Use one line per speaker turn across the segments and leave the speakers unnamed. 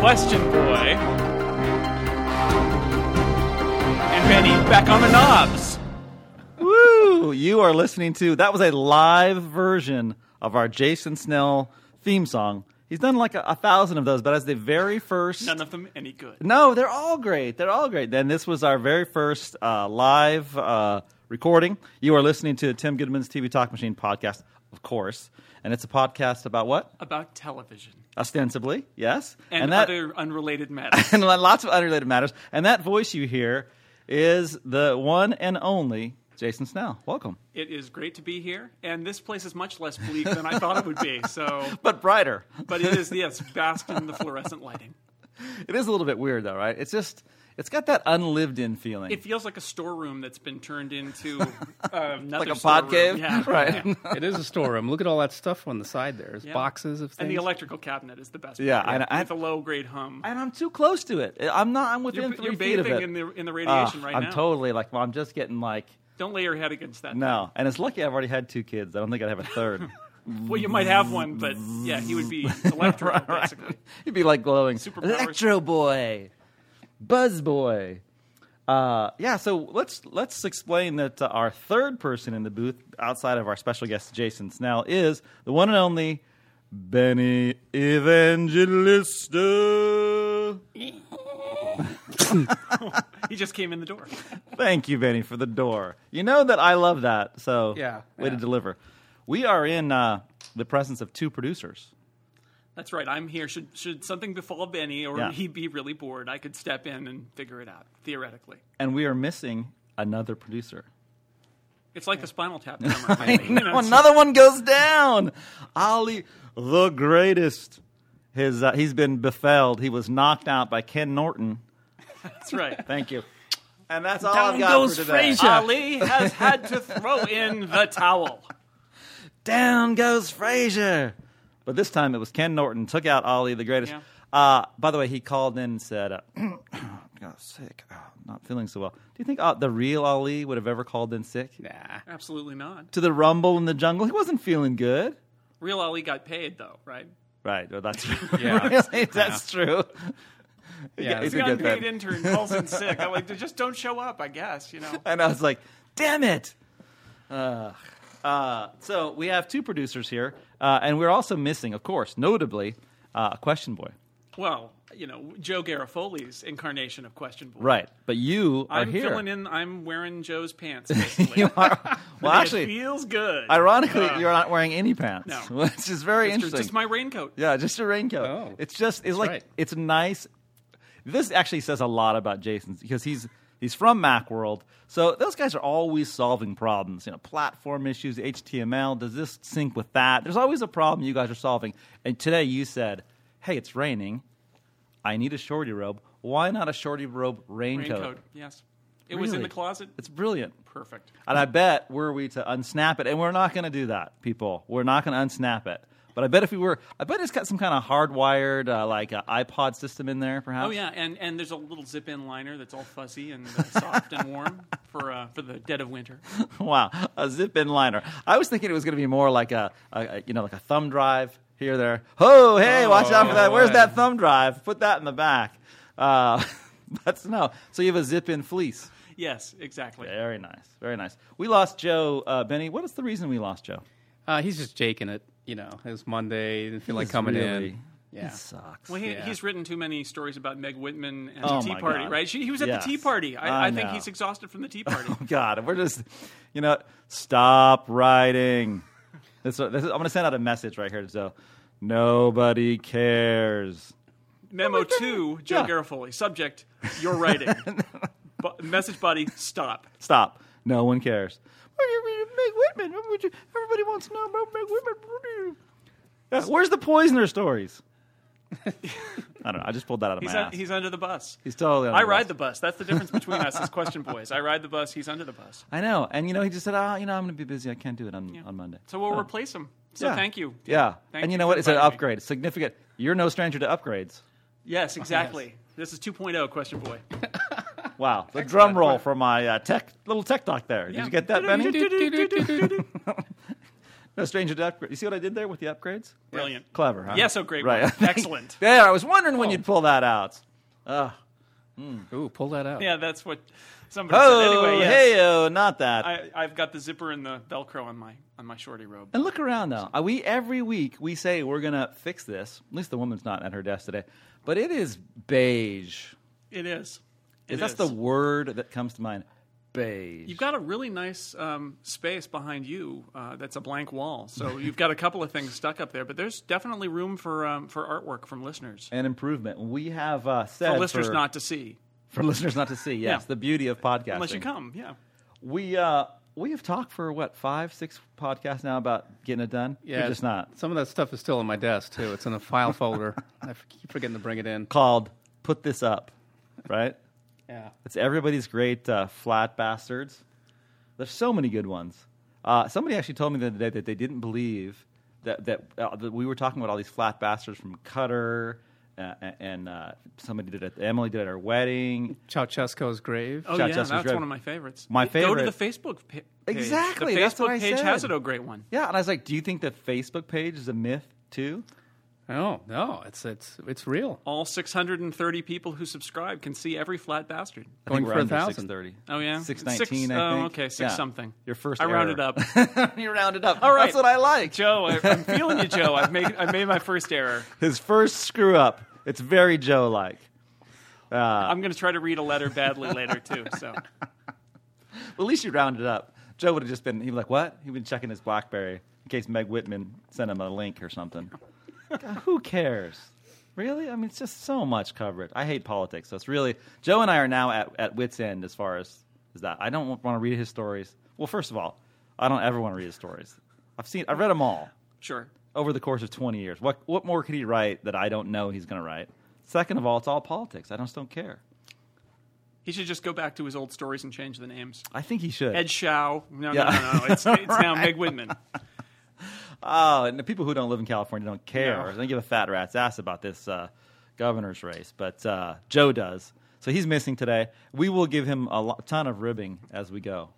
Question Boy. And Benny back on the knobs.
Woo! You are listening to that was a live version of our Jason Snell theme song. He's done like a, a thousand of those, but as the very first.
None of them any good.
No, they're all great. They're all great. Then this was our very first uh, live uh, recording. You are listening to Tim Goodman's TV Talk Machine podcast, of course, and it's a podcast about what?
About television
Ostensibly, yes,
and,
that
other unrelated matters.
and lots of unrelated matters. And that voice you hear is the one and only Jason Snell. Welcome,
it is great to be here, and this place is much less bleak than I thought it would be. So,
but brighter.
but it is yes, basked in the fluorescent lighting.
It is a little bit weird though, right? It's just it's got that unlived-in feeling.
It feels like a storeroom that's been turned into uh, another
like a
storeroom.
pod cave,
yeah.
right?
Yeah.
It is a storeroom. Look at all that stuff on the side there. There's boxes of
And
things.
the electrical cabinet is the best.
Yeah,
part,
and I-
with a low grade hum.
and I'm too close to it. I'm not. I'm within
You're,
3
you're
feet of
bathing
it.
in the in the
Ah,
radiation right
I'm
now.
totally like. Well, I'm just getting like
Don't lay your head against that.
no. And it's lucky I've already had two kids. I don't think I'd have a third.
Well, you might have one, but yeah, he would be electrical basically.
He'd be like glowing.
Superpowers.
Electro boy, Buzz boy. Uh, yeah. So let's let's explain that uh, our third person in the booth, outside of our special guest Jason Snell, is the one and only Benny Evangelista.
He just came in the door.
Thank you, Benny, for the door. You know that I love that. So
Yeah,
way to
yeah.
deliver. We are in uh, the presence of two producers.
That's right. I'm here. Should should something befall Benny or
Yeah.
he be really bored, I could step in and figure it out theoretically.
and we are missing another producer.
It's like the Spinal Tap drummer. maybe, you know, it's-
Another one goes down. Ali, the greatest. His uh, he's been befelled. He was knocked out by Ken Norton.
That's right.
Thank you. And that's all
Down
I've got
goes
for today.
Frazier.
Ali has had to throw in the towel.
Down goes Frazier. But this time it was Ken Norton took out Ollie, the greatest.
Yeah.
Uh, by the way, he called in and said, uh, "Got sick, oh, not feeling so well." Do you think uh, the real Ali would have ever called in sick
nah.
Absolutely not.
to the Rumble in the Jungle? He wasn't feeling good.
Real Ali got paid though, right?
Right. Well, that's
Yeah.
really, that's true.
Yeah,
He
it's
The
did get that.
unpaid intern calls in sick. I'm like, just don't show up. I guess you know.
And I was like, damn it. Ugh. uh, so we have two producers here, uh, and we're also missing, of course, notably, uh, a question boy.
Well, you know, Joe Garofoli's incarnation of Question Boy.
Right. But you are
I'm
here.
filling in. I'm wearing Joe's pants. Basically.
well,
it
actually,
feels good.
ironically, you're not wearing any pants,
uh, No.
which is very
It's
interesting.
Just my raincoat.
yeah, just a raincoat.
Oh.
It's just, it's like,
right.
it's nice. This actually says a lot about Jason because he's. He's from Macworld, so those guys are always solving problems. You know, platform issues, HTML. Does this sync with that? There's always a problem you guys are solving. And today you said, "Hey, it's raining. I need a shorty robe. Why not a shorty robe raincoat?
Raincoat. Yes. It was in
Really?
the closet.
It's brilliant."
perfect.
And I bet were we to unsnap it, and we're not going to do that, people. We're not going to unsnap it. But I bet if we were, I bet it's got some kind of hardwired, uh, like uh, iPod system in there, perhaps.
Oh yeah, and, and there's a little zip-in liner that's all fuzzy and uh, soft and warm for uh, for the dead of winter.
wow, a zip-in liner. I was thinking it was going to be more like a, a, a- you know, like a thumb drive here, there. Oh, hey, watch out for that. Where's
Oh,
that thumb drive? Put that in the back. Uh, but no, so you have a zip-in fleece.
Yes, exactly.
Very nice, very nice. We lost Joe, uh, Benny. What is the reason we lost Joe?
Uh, he's just jaking it. You know, it was Monday. Didn't feel like
He's
coming
really-
in. Yeah.
He sucks.
Well, he,
Yeah.
he's written too many stories about Meg Whitman and
Oh,
the Tea
my
Party,
God.
right? She, he was at
Yes.
the Tea Party.
I
I, I, think
know. Oh
he's exhausted from the Tea Party.
God, we're just, you know, stop writing. This, this, I'm going to send out a message right here. So, nobody cares.
Memo two, Joe
Yeah.
Garofoli. Subject: Your writing. Bo- message body: Stop.
Stop. No one cares. What do you mean, Meg Whitman. What would you- Everybody wants to know about Meg Whitman. What do you- Yeah, Where's the poisoner stories? I don't know. I just pulled that out of
He's
my
un-
ass.
he's under the bus.
He's totally. on
I
the
ride
list.
the bus. That's the difference between us as question boys. I ride the bus. He's under the bus.
I know, and you know, he just said, "Ah, you know, I'm going to be busy. I can't do it on, on Monday."
So we'll replace him. So
Oh. Yeah.
thank you.
Yeah,
Thank
and you
you
know
for
what? It's an
inviting me.
upgrade. It's significant. You're no stranger to upgrades.
Yes, exactly. This is 2.0 question boy.
Wow, the drum roll for my uh, tech little tech talk there. Did you get that, Benny? No, Stranger to upgrade. You see what I did there with the upgrades?
Brilliant.
Clever, huh?
Yes, oh, great
Right.
work. Excellent. Oh.
there, I was wondering when you'd pull that out.
Ooh, pull that out.
Yeah, that's what somebody said.
Oh,
Anyway, yes,
hey, oh, not that.
I, I've got the zipper and the Velcro on my on my shorty robe.
And look around now. Are We every week we say we're gonna fix this. At least the woman's not at her desk today, but it is beige.
It is. It
That's
is.
the word that comes to mind. Beige.
You've got a really nice um, space behind you. Uh, that's a blank wall, so you've got a couple of things stuck up there. But there's definitely room for um, for artwork from listeners,
an improvement. We have uh, said
for listeners
for,
not to see,
for listeners not to see. Yes,
Yeah.
the beauty of podcasting.
unless you come. Yeah,
We uh, we have talked for what five, six podcasts now about getting it done. We're just not
Some of that stuff is still on my desk too. It's in a file folder. I f- keep forgetting to bring it in.
called. Put this up, right?
Yeah.
It's everybody's great uh, flat bastards. There's so many good ones. Uh, somebody actually told me the other day that they didn't believe that that, uh, that we were talking about all these flat bastards from Cutter uh, and uh, somebody did it. Emily did at our wedding.
Ceausescu's grave.
oh
Shout
yeah,
Justice
that's
Dredd.
one of my favorites.
My
Go to
favorite-
the Facebook pa- page.
Exactly,
The Facebook
that's what I
page
said.
has it. Oh, great one.
Yeah, and I was like, "Do you think the Facebook page is a myth too?"
No, Oh, no, it's it's it's real.
All 630 people who subscribe can see every flat bastard.
I
Going
think we're
for a
under
thousand.
630.
Oh yeah,
Six nineteen. I
oh,
think.
okay, six
Yeah.
something.
Your first.
I rounded
error.
up.
you rounded up.
All right.
That's what I like.
Joe, I, I'm feeling you, Joe. I've made I made my first error.
His first screw up. It's very Joe like.
Uh.
I'm going to try to read a letter badly later too. So
Well, at least you rounded up. Joe would have just been, he'd be like, what? He'd been checking his Blackberry in case Meg Whitman sent him a link or something. God, who cares? Really? I mean, it's just so much coverage. I hate politics. So it's really, Joe and I are now at, at wits' end as far as, as that. I don't want to read his stories. Well, first of all, I don't ever want to read his stories. I've seen, I've read them all
sure.
over the course of 20 years. What, what more could he write that I don't know he's going to write? Second of all, it's all politics. I just don't care.
He should just go back to his old stories and change the names.
I think he should.
Ed Shaw. No, no,
Yeah.
no, no. It's, it's now Meg Whitman.
Oh, and the people who don't live in California don't care.
No.
They give a fat rat's ass about this uh, governor's race, but uh, Joe does. So he's missing today. We will give him a lo- ton of ribbing as we go,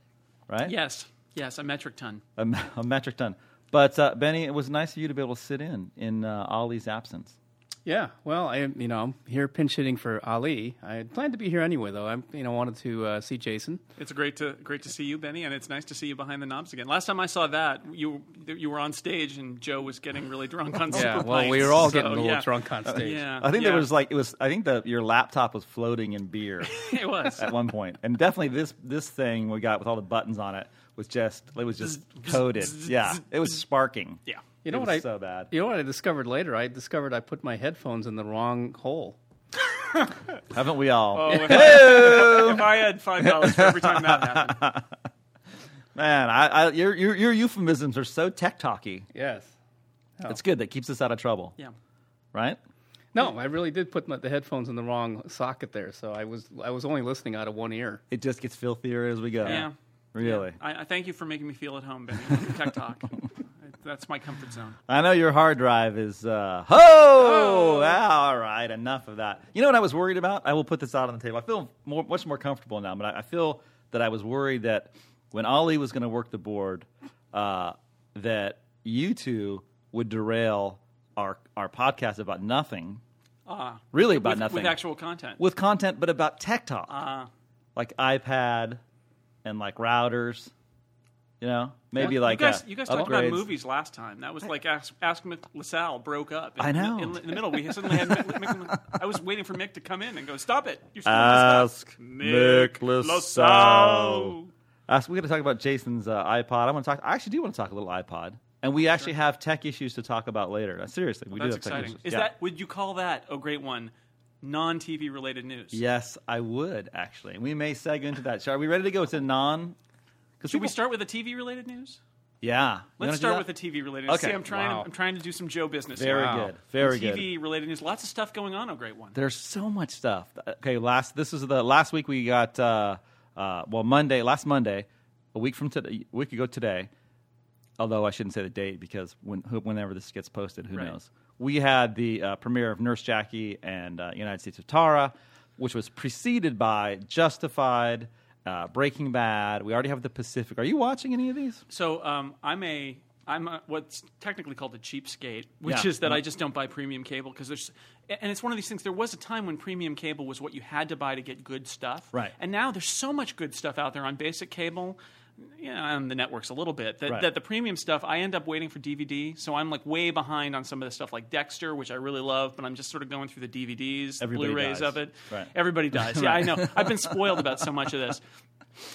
right?
Yes, yes, a metric ton.
A, me- a metric ton. But uh, Benny, it was nice of you to be able to sit in in uh, Ollie's absence.
Yeah. Well, I am you know I'm here pinch hitting for Ali. I had planned to be here anyway though. I you know wanted to uh, see Jason.
It's great to great to see you, Benny, and it's nice to see you behind the knobs again. Last time I saw that, you you were on stage and Joe was getting really drunk on
Yeah.
Super
Well, we
Pints,
were all
so,
getting a little
yeah.
drunk on stage.
Yeah,
I think
Uh, yeah.
there was like it was. I think that your laptop was floating in beer
it was.
at one point, and definitely this this thing we got with all the buttons on it was just it was just coated. Yeah, it was sparking.
Yeah,
You know
It
what
was
I
so bad.
You know what I discovered later? I discovered I put my headphones in the wrong hole.
Haven't we all?
Oh, if, I, if I had five dollars for every time that happened,
Man, I, I, your, your, your euphemisms are so tech talky.
Yes. Oh.
It's good. That keeps us out of trouble,
yeah.
right?
No, I really did put my, the headphones in the wrong socket there, so I was I was only listening out of one ear.
It just gets filthier as we go.
Yeah.
Really.
I, I thank you for making me feel at home, Benny. with your Tech talk. That's my comfort zone.
I know your hard drive is. Uh, ho!
Oh.
Ah, All right, enough of that. You know what I was worried about? I will put this out on the table. I feel more, much more comfortable now, but I, I feel that I was worried that when Ollie was going to work the board, uh, that you two would derail our our podcast about nothing.
Ah,
Really about
with,
nothing.
with actual content.
with content, but about tech talk,
Ah.
like iPad and like routers. You know, maybe like
you guys,
uh,
you guys talked about
upgrades.
movies last time. That was like ask, ask Mick LaSalle broke up. In,
I know.
In, in the middle, we suddenly had. Mick, Mick- I was waiting for Mick to come in and go, "Stop it! You're still
Ask
Mick
Nick
LaSalle.
LaSalle. Uh, so we're going to talk about Jason's uh, iPod. I want to talk. I actually do want to talk a little iPod, and we actually have tech issues to talk about later. Uh, seriously, we do
That's
have tech
exciting.
issues.
Is
Yeah.
that? Would you call that a great one? Non-TV related news.
Yes, I would actually. We may seg into that. So Are we ready to go to non? Because
Should we start with the TV related news?
Yeah, You
Let's
wanna do
start
that?
with the TV related. news.
Okay.
See, I'm trying.
Wow.
I'm trying to do some Joe business.
Very
here.
Wow.
good. Very good.
TV related news. Lots of stuff going on. A great one.
There's so much stuff. Okay, last this is the last week we got uh, uh, well Monday last Monday, a week from today, a week ago today. Although I shouldn't say the date because when who- whenever this gets posted, who
Right.
knows? We had the uh, premiere of Nurse Jackie and uh, United States of Tara, which was preceded by Justified, uh, Breaking Bad. We already have the Pacific. Are you watching any of these?
So um, I'm a I'm a, what's technically called a cheapskate, which
Yeah. Mm-hmm.
is that I just don't buy premium cable because there's, and it's one of these things. There was a time when premium cable was what you had to buy to get good stuff,
Right.
And now there's so much good stuff out there on basic cable, you know, on the networks a little bit that,
Right.
that the premium stuff I end up waiting for DVD, so I'm like way behind on some of the stuff like Dexter, which I really love, but I'm just sort of going through the DVDs, the
Everybody
Blu-rays
dies.
of it.
Right.
Everybody dies. Yeah, I know. I've been spoiled about so much of this.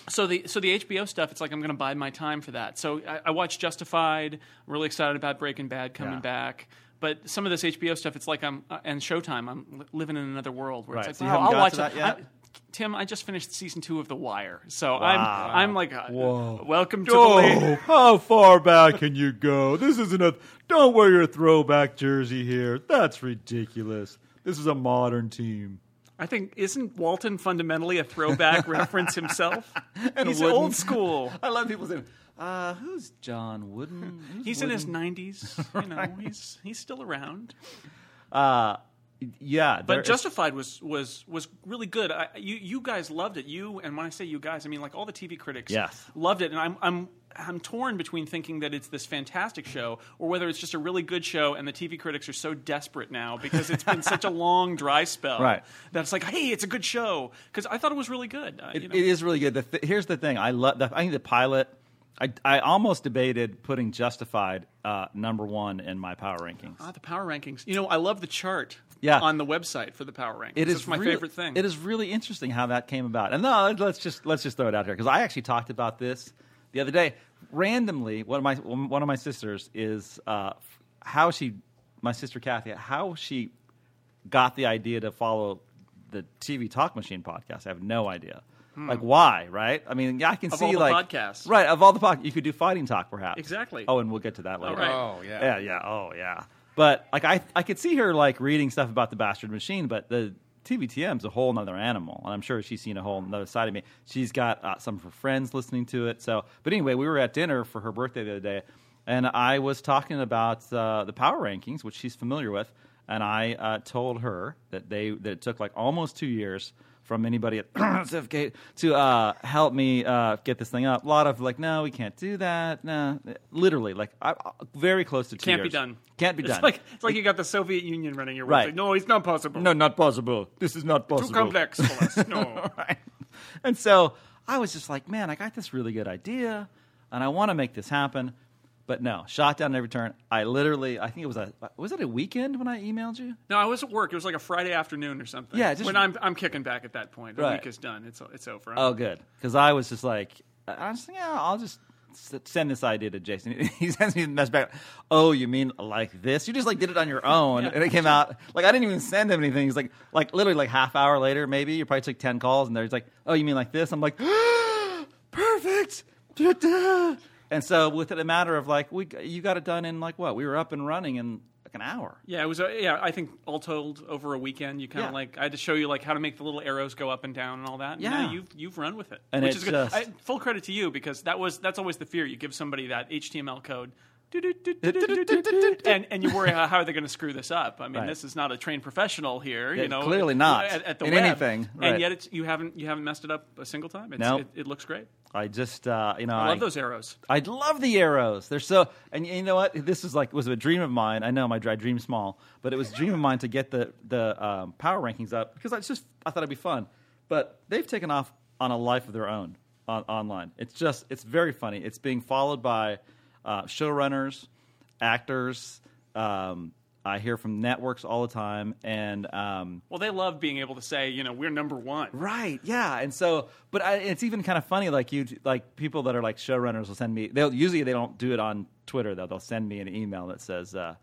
So the so the HBO stuff, it's like I'm going to bide my time for that. So I, I watched Justified. I'm really excited about Breaking Bad coming
Yeah.
back. But some of this HBO stuff, it's like I'm uh, and Showtime. I'm li- living in another world where
Right.
it's
So
like,
you
wow,
haven't
I'll
got
watch
to that
it.
yet?
I- Tim, I just finished season two of The Wire, so
Wow.
I'm I'm like, uh,
Whoa.
welcome to the league.
Oh, how far back can you go? This isn't a. Don't wear your throwback jersey here. That's ridiculous. This is a modern team.
I think isn't Walton fundamentally a throwback reference himself? He's
wooden.
old school.
I love people saying, uh, "Who's John Wooden?" Who's
He's in his
Wooden?
nineties. You know, he's he's still around.
Uh, yeah,
But Justified was was was really good. I, you you guys loved it. You and when I say you guys, I mean like all the TV critics
Yes.
loved it. And I'm I'm I'm torn between thinking that it's this fantastic show or whether it's just a really good show and the TV critics are so desperate now because it's been such a long dry spell
Right.
that it's like, hey, it's a good show because I thought it was really good. Uh,
It,
you know.
it is really good. The th- here's the thing. I love. I think the pilot. I, I almost debated putting Justified uh, number one in my power rankings.
Ah, the power rankings. You know, I love the chart
Yeah.
on the website for the power rankings.
It is
It's my
really-
favorite thing.
It is really interesting how that came about. And no, let's just let's just throw it out here because I actually talked about this the other day. Randomly, one of my one of my sisters is uh, how she, my sister Kathy, how she got the idea to follow the TV Talk Machine podcast. I have no idea. Like why, right? I mean, yeah, I can
Hmm. Of
see
all the
like
podcasts.
right of all the podcasts, you could do fighting talk perhaps
Exactly.
Oh, and we'll get to that later.
right.
Oh, yeah.
yeah, yeah, oh yeah. But like I, I could see her like reading stuff about the bastard machine, but the TBTM's a whole nother animal, and I'm sure she's seen a whole another side of me. She's got uh, some of her friends listening to it. So, but anyway, we were at dinner for her birthday the other day, and I was talking about uh, the power rankings, which she's familiar with, and I uh, told her that they that it took like almost two years from anybody at Suffolk to uh, help me uh, get this thing up. A lot of like, no, we can't do that. No, literally, like I, I- very close to two
Can't be
years.
done.
Can't be
It's
done.
Like, it's like you got the Soviet Union running your
Right.
website. No, it's not possible.
no, not possible. This is not possible.
Too complex for us. No.
Right. And so I was just like, man, I got this really good idea, and I want to make this happen. But no, shot down at every turn. I literally, I think it was a was it a weekend when I emailed you?
No, I was at work. It was like a Friday afternoon or something.
Yeah, just-
when I'm I'm kicking back at that point. The
Right.
week is done. It's it's over.
Oh, good. Because I was just like, I was thinking, yeah, I'll just s- send this idea to Jason. He sends me the message back. Oh, you mean like this? You just like did it on your own,
Yeah.
and it came out like I didn't even send him anything. He's like, like literally like half hour later, maybe you probably took ten calls, and there's like, oh, you mean like this? I'm like, perfect. Da-da. And so within a matter of like we, you got it done in like what? We were up and running in like an hour.
Yeah, it was. A, yeah, I think all told, over a weekend, you kind of
Yeah.
like I had to show you like how to make the little arrows go up and down and all that. And
Yeah.
now you've you've run with it,
And
which
it
is good.
just-
I, full credit to you because that was that's always the fear. You give somebody that HTML code. "Do-do-do-do-do-do-do-do," And and you worry how, how they're going to screw this up. I mean,
Right.
this is not a trained professional here. You
Yeah,
know,
clearly not
at, at the
in
web.
anything, right.
And yet, it's, you haven't you haven't messed it up a single time. It's,
Nope.
it, it looks great.
I just uh, you know
I love those arrows.
I love the arrows. They're so, and you know what? This is like was a dream of mine. I know my I dream small, but it was a dream of mine to get the the um, power rankings up because I just I thought it'd be fun. But they've taken off on a life of their own on, online. It's just it's very funny. It's being followed by uh, showrunners, actors. Um, I hear from networks all the time, and um,
Well, they love being able to say, you know, we're number one.
Right. Yeah. And so, but I, it's even kind of funny. Like you, like people that are like showrunners will send me. They'll usually they don't do it on Twitter though. They'll send me an email that says, uh,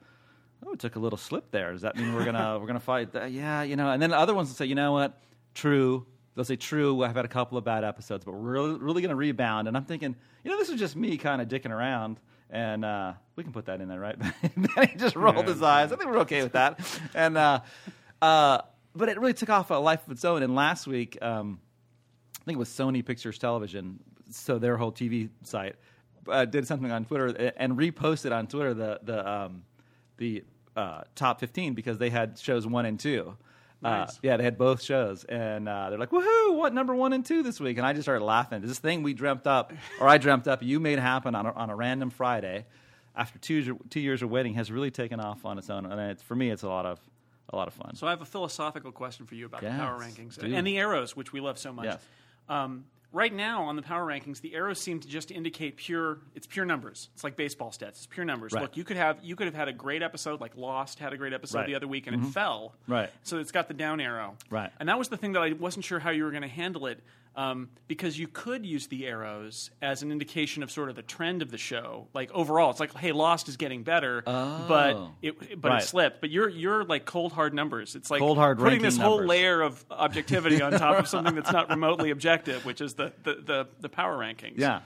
"Oh, it took a little slip there. Does that mean we're gonna we're gonna fight?" Uh, yeah. You know. And then other ones will say, "You know what? True." They'll say, "True. I've had a couple of bad episodes, but we're really, really gonna rebound." And I'm thinking, you know, this is just me kind of dicking around. And uh, we can put that in there, right? Benny just rolled his eyes. I think we're okay with that. And uh, uh, but it really took off a life of its own. And last week, um, I think it was Sony Pictures Television, so their whole TV site uh, did something on Twitter uh, and reposted on Twitter the the um, the uh, top fifteen because they had shows one and two. Uh,
Nice.
yeah, they had both shows, and uh, they're like, "Woohoo! What number one and two this week?" And I just started laughing. This thing we dreamt up, or I dreamt up, you made happen on a, on a random Friday. after two years- two years of waiting has really taken off on its own, and it's, for me, it's a lot of a lot of fun.
So I have a philosophical question for you about
Yes,
the power rankings
do.
and the arrows, which we love so much.
Yes.
Um, right now on the power rankings, the arrows seem to just indicate pure. It's pure numbers. It's like baseball stats. It's pure numbers.
Right.
Look, you could have you could have had a great episode, like Lost had a great episode
Right. Mm-hmm.
the other week, and it fell.
Right.
So it's got the down arrow.
Right.
And that was the thing that I wasn't sure how you were going to handle it. Um, because you could use the arrows as an indication of sort of the trend of the show, like overall, it's like, hey, Lost is getting better, but
Oh.
it but
Right.
it slipped. But you're you're like cold hard numbers. It's like
Cold, hard
putting this
ranking
whole
numbers.
layer of objectivity on top of something that's not remotely objective, which is the the, the, the power rankings.
Yeah,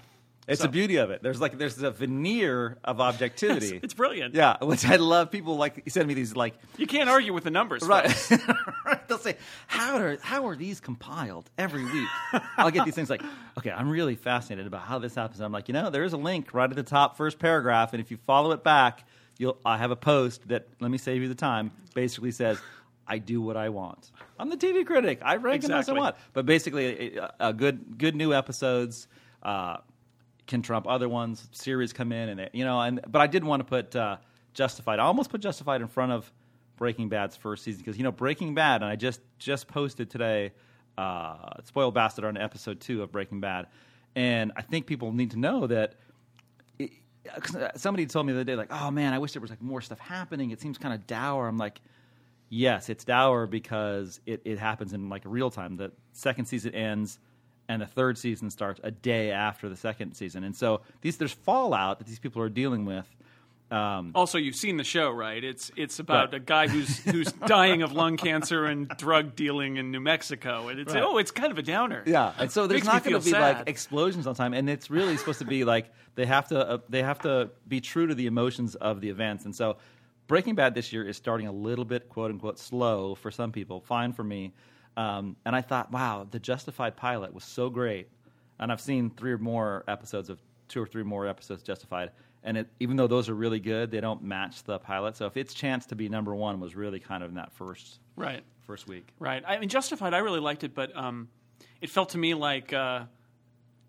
it's
So-
the beauty of it. There's like there's a veneer of objectivity.
it's brilliant.
Yeah, which I love. People like send me these like
you can't argue with the numbers, folks.
right. They'll say how are how are these compiled every week? I'll get these things like okay, I'm really fascinated about how this happens. And I'm like you know there is a link right at the top first paragraph, and if you follow it back, you'll I have a post that let me save you the time. Basically says. I do what I want. I'm the TV critic. I rank them as I
Exactly.
want. But basically, it- uh, uh, good good new episodes uh, can trump other ones. Series come in, and they, you know, and but I did want to put uh, Justified. I almost put Justified in front of Breaking Bad's first season because you know Breaking Bad, and I just just posted today, uh, spoiled bastard on episode two of Breaking Bad, and I think people need to know that it- 'cause, uh, somebody told me the other day, like, oh man, I wish there was like more stuff happening. It seems kind of dour. I'm like, yes, it's dour because it, it happens in like real time. The second season ends and the third season starts a day after the second season. And so these there's fallout that these people are dealing with. Um,
Also, you've seen the show, right? It's it's about
Right.
a guy who's who's dying of lung cancer and drug dealing in New Mexico, and it's
Right.
oh, it's kind of a downer.
Yeah, and so there's
Makes
not
me
going to
feel
be
sad.
like explosions all the time, and it's really supposed to be like they have to uh, they have to be true to the emotions of the events, and so Breaking Bad this year is starting a little bit quote unquote slow for some people, fine for me, um, and I thought, wow, the Justified pilot was so great, and I've seen three or more episodes of two or three more episodes of Justified, and it, even though those are really good, they don't match the pilot. So if its chance to be number one was really kind of in that first
Right.
first week.
Right. I mean, Justified, I really liked it, but um, it felt to me like uh,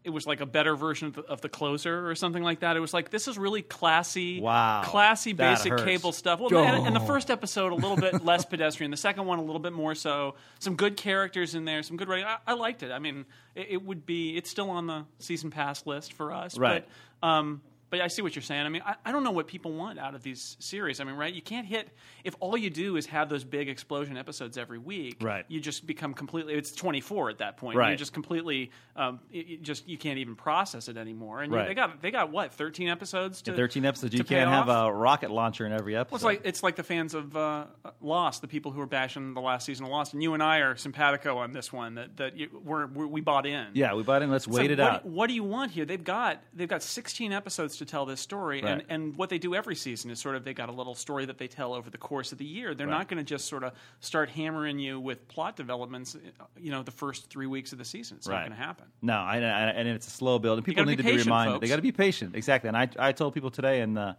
it was like a better version of the, of the closer or something like that. It was like this is really classy,
Wow.
classy
That
basic
hurts. Oh.
cable stuff. Well, and, and the first episode a little bit less pedestrian, the second one a little bit more so. Some good characters in there, some good writing. I, I liked it. I mean, it, it would be it's still on the season pass list for us,
Right.
But, um, but I see what you're saying. I mean, I, I don't know what people want out of these series. I mean, right? You can't hit if all you do is have those big explosion episodes every week.
Right.
You just become completely. It's 24 at that point. You
Right.
just completely. Um, it, it just you can't even process it anymore. And you-
Right.
they got they got what 13 episodes to
13 episodes. You
to pay
can't have uh,
off?
a rocket launcher in every episode.
It's like it's like the fans of uh, Lost, the people who are bashing the last season of Lost, and you and I are simpatico on this one. That that you, we're, we we bought in.
Yeah, we bought in. Let's
It's
wait
like,
it
what,
out.
What do you want here? They've got they've got 16 episodes to tell this story, and,
Right.
and what they do every season is sort of they got a little story that they tell over the course of the year. They're
Right.
not going to just sort of start hammering you with plot developments, you know, the first three weeks of the season. It's
Right.
not going to happen.
No, I, I, and it's a slow build, and people
gotta
need
be
to be
patient,
reminded
folks.
they got to be patient. Exactly, and I, I told people today, and the,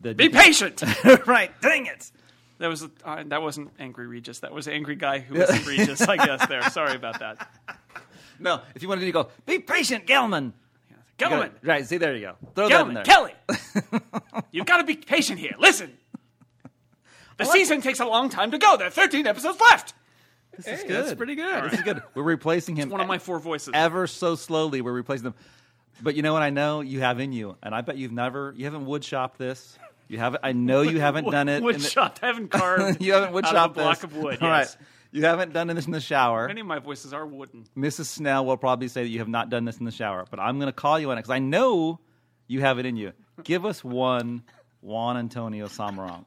the
Be patient.
right? Dang it!
That was uh, that wasn't angry Regis. That was angry guy who was Regis. I guess there. Sorry about that.
No, if you wanted to go, be patient, Gelman. You gotta-
Gelman,
right? See, there you go. Throw that in
Gelman,
there.
Kelly, you've got to be patient here. Listen, the season takes a long time to go. There are 13 episodes left.
This is
Hey,
good.
that's pretty good.
This is good. We're replacing him.
One of my four voices.
ever so slowly we're replacing them. But you know what I know you have in you, and I bet you've never you haven't wood shopped this. You haven't. I know you haven't done it.
Wood
in the-
chopped. I haven't carved.
you haven't wood
out
chopped
of a block
this.
of wood.
All
yes.
right. You haven't done this in the shower.
Many of my voices are wooden.
Mrs. Snell will probably say that you have not done this in the shower, but I'm going to call you on it because I know you have it in you. Give us one Juan Antonio Samarong.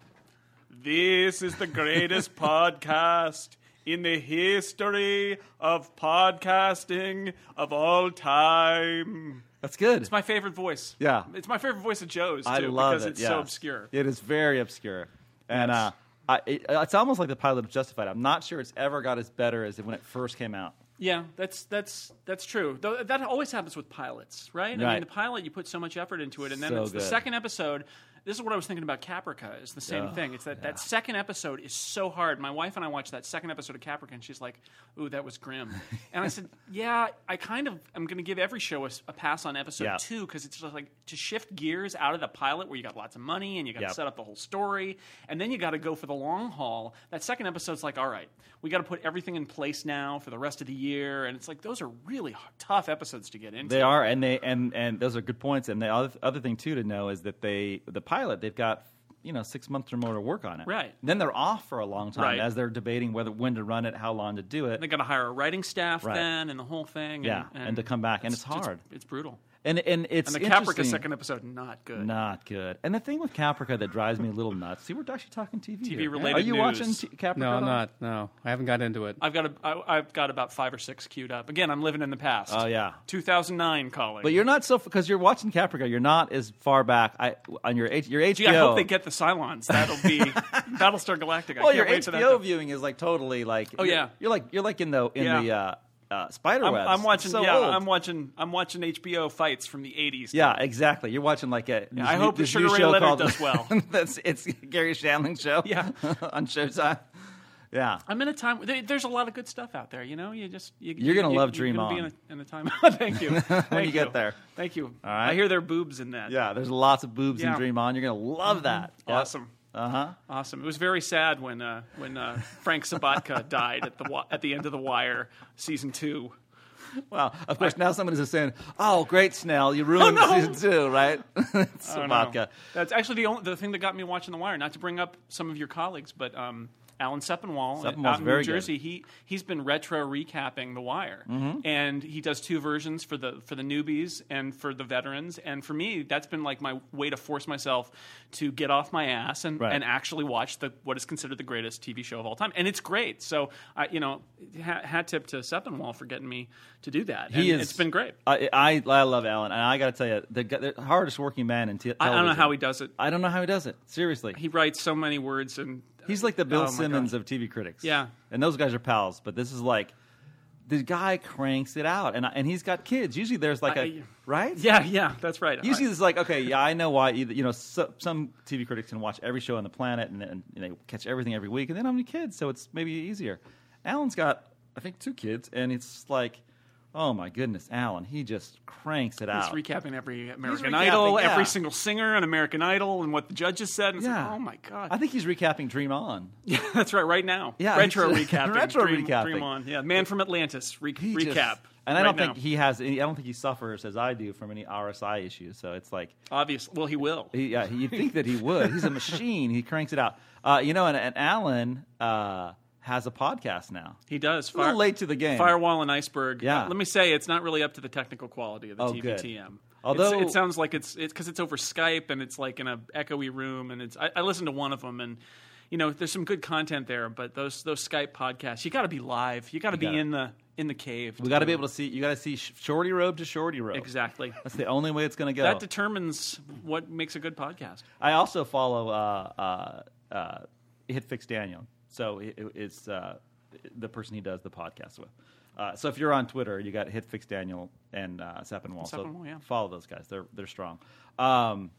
This is the greatest podcast in the history of podcasting of all time.
That's good.
It's my favorite voice.
Yeah.
It's my favorite voice of Joe's too
I love
because
it.
it's
yeah.
so obscure.
It is very obscure, and uh, I, it, it's almost like the pilot of Justified. I'm not sure it's ever got as better as when it first came out.
Yeah, that's that's that's true. Though that always happens with pilots, right? I mean,
Right.
the pilot you put so much effort into it, and then
So
it's the
good.
second episode this is what I was thinking about Caprica. It's the same
Ugh,
thing. It's that that second episode is so hard. My wife and I watched that second episode of Caprica, and she's like, "Ooh, that was grim." And I said, "Yeah, I kind of I'm going to give every show a, s- a pass on episode
Yeah.
two because it's just like to shift gears out of the pilot where you got lots of money and you got
Yep.
to set up the whole story, and then you got to go for the long haul. That second episode's like, all right, we got to put everything in place now for the rest of the year, and it's like those are really h- tough episodes to get into.
They are, and they and and those are good points. And the other, other thing too to know is that they the pilot they've got you know six months or more to work on it.
Right.
Then they're off for a long time
Right.
as they're debating whether when to run it, how long to do it,
They got to hire a writing staff
Right.
then, and the whole thing.
Yeah, and to come back, and it's hard.
It's, brutal.
and and it's
And the
interesting.
Caprica second episode not good.
Not good. And the thing with Caprica that drives me a little nuts. See, we're actually talking TV. TV
related
Are you
news.
watching t- Caprica?
No,
at
I'm
all?
not. No, I haven't got into it.
I've got a, I, I've got about five or six queued up. Again, I'm living in the past.
Oh, yeah.
2009 calling.
But you're not so because you're watching Caprica. You're not as far back. I on your H, your HBO.
Gee, I hope they get the Cylons. That'll be Battlestar Galactica.
well,
I
your
can't wait for that. to-
HBO viewing is like totally like.
Oh,
you're-
yeah.
You're like you're like in the in
Yeah.
the uh, uh, spider
I'm,
webs.
I'm watching.
It's so
yeah,
old.
I'm watching. I'm watching HBO fights from the 80s.
Yeah, exactly. You're watching like a. this
I
new-
hope
this
Sugar
new
Ray
show
Leonard
called,
does well.
that's it's Gary Shandling's show.
Yeah.
on Showtime. Yeah.
I'm in a time. There, there's a lot of good stuff out there. You know, you just you,
You're gonna
you-
love
you're
Dream
gonna
On.
Be in a, in a time. Thank you.
When
Thank
you get there.
Thank you. All
right.
I hear there are boobs in that.
Yeah, there's lots of boobs in
Yeah. Mm-hmm.
Dream On. You're gonna love that. Yep.
Awesome. Uh
Uh-huh.
huh. Awesome. It was very sad when uh, when uh, Frank Sabatka died at the wi- at the end of The Wire season two.
Wow. Of course, now somebody's just saying, "Oh, great, Snell, you ruined
Oh, no. Oh,
season two, right?" it's
I don't know.
vodka.
That's actually the only the thing that got me watching The Wire. Not to bring up some of your colleagues, but um, Alan Sepinwall uh, out in
Sepinwall's very
New
good.
Jersey, he he's been retro recapping The Wire,
Mm-hmm.
and he does two versions for the for the newbies and for the veterans. And for me, that's been like my way to force myself to get off my ass and
Right.
and actually watch the what is considered the greatest TV show of all time, and it's great. So I, you know, ha- hat tip to Sepinwall for getting me to do that.
He
And
is-
It's been great.
I, I I love Alan, and I got to tell you, the, gu- the hardest working man in t-
I, I
television.
don't know how he does it.
I don't know how he does it. Seriously,
He writes so many words and.
he's like the Bill
Oh my
Simmons of TV critics.
Yeah.
and those guys are pals. But this is like the guy cranks it out, and I- and he's got kids. Usually, there's like a
I-
right.
Yeah, yeah, that's right.
Usually, it's like okay, yeah, I know why. Either, you know, so, some TV critics can watch every show on the planet and, and, they catch everything every week, and they don't have any kids, so it's maybe easier. Alan's got, I think, two kids, and it's like, oh my goodness, Alan, he just cranks it
He's
out.
recapping every American
recapping,
Idol,
yeah.
every single singer on American Idol, and what the judges said. And it's
yeah.
like, oh my god,
I think he's recapping Dream On.
yeah, that's right. Right now,
Yeah,
retro
he's-
recapping,
retro
dream,
recapping.
dream on, yeah, Man from Atlantis, re-
He
recap,
just- and I
right
don't
now.
think he has. Any, I don't think he suffers as I do from any RSI issues. So it's like
obviously. Well, he will.
He, yeah, you'd think that he would. He's a machine. He cranks it out. Uh, you know, and, and Alan uh, has a podcast now.
He does.
A little late to the game.
Firewall and iceberg.
Yeah.
Uh, let me say, it's not really up to the technical quality of the
Oh,
TVTM.
good.
It's-
Although-
it sounds like it's it's because it's over Skype and it's like in a echoey room and it's. I, I listened to one of them and. You know, there's some good content there, but those those Skype podcasts, you got to be live. You got to be
gotta-
in the in the cave.
We got to be able to see. You got to see sh- shorty robe to shorty robe.
exactly.
That's the only way it's going to go.
That determines what makes a good podcast.
I also follow uh, uh, uh, Hitfix Daniel. So it, it- it's uh, the person he does the podcast with. Uh, so if you're on Twitter, you got Hitfix Daniel and uh, Seppenwall. so
Seppenwall, yeah.
follow those guys. They're they're strong. Um,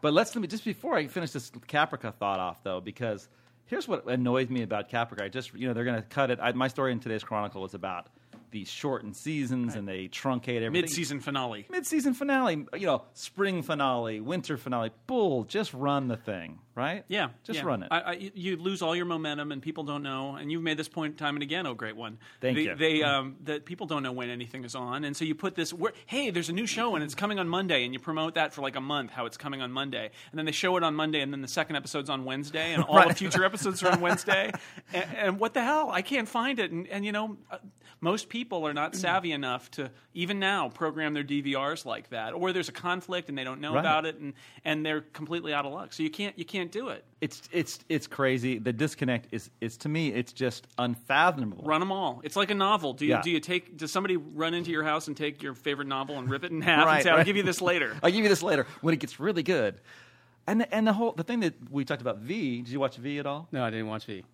but let's let me just before I finish this Caprica thought off though, because here's what annoys me about Caprica. I just you know they're going to cut it. I, my story in today's Chronicle is about these shortened seasons and they truncate everything
Mid-season finale.
mid-season finale, you know, spring finale, winter finale, bull, just run the thing, right?
Yeah,
just
yeah.
run it.
I, I, you- you lose all your momentum, and people don't know. And you've made this point time and again. Oh, great one!
Thank
they,
you. Mm-hmm.
They um, that people don't know when anything is on, and so you put this. Where, hey, there's a new show, and it's coming on Monday, and you promote that for like a month. How it's coming on Monday, and then they show it on Monday, and then the second episode's on Wednesday, and all the
Right.
future episodes are on Wednesday. And, and what the hell? I can't find it. And, and you know, uh, most people are not savvy enough to even now program their DVRs like that, or there's a conflict and they don't know
Right.
about it, and and they're completely out of luck. So you can't you can't do it.
it's it's it's crazy. The disconnect is is to me, it's just unfathomable.
Run them all. It's like a novel. Do you,
Yeah.
do you take? Does somebody run into your house and take your favorite novel and rip it in half
Right,
and say, "I'll
right.
give you this later"?
I'll give you this later when it gets really good. And the, and the whole the thing that we talked about V. Did you watch V at all?
No, I didn't watch V.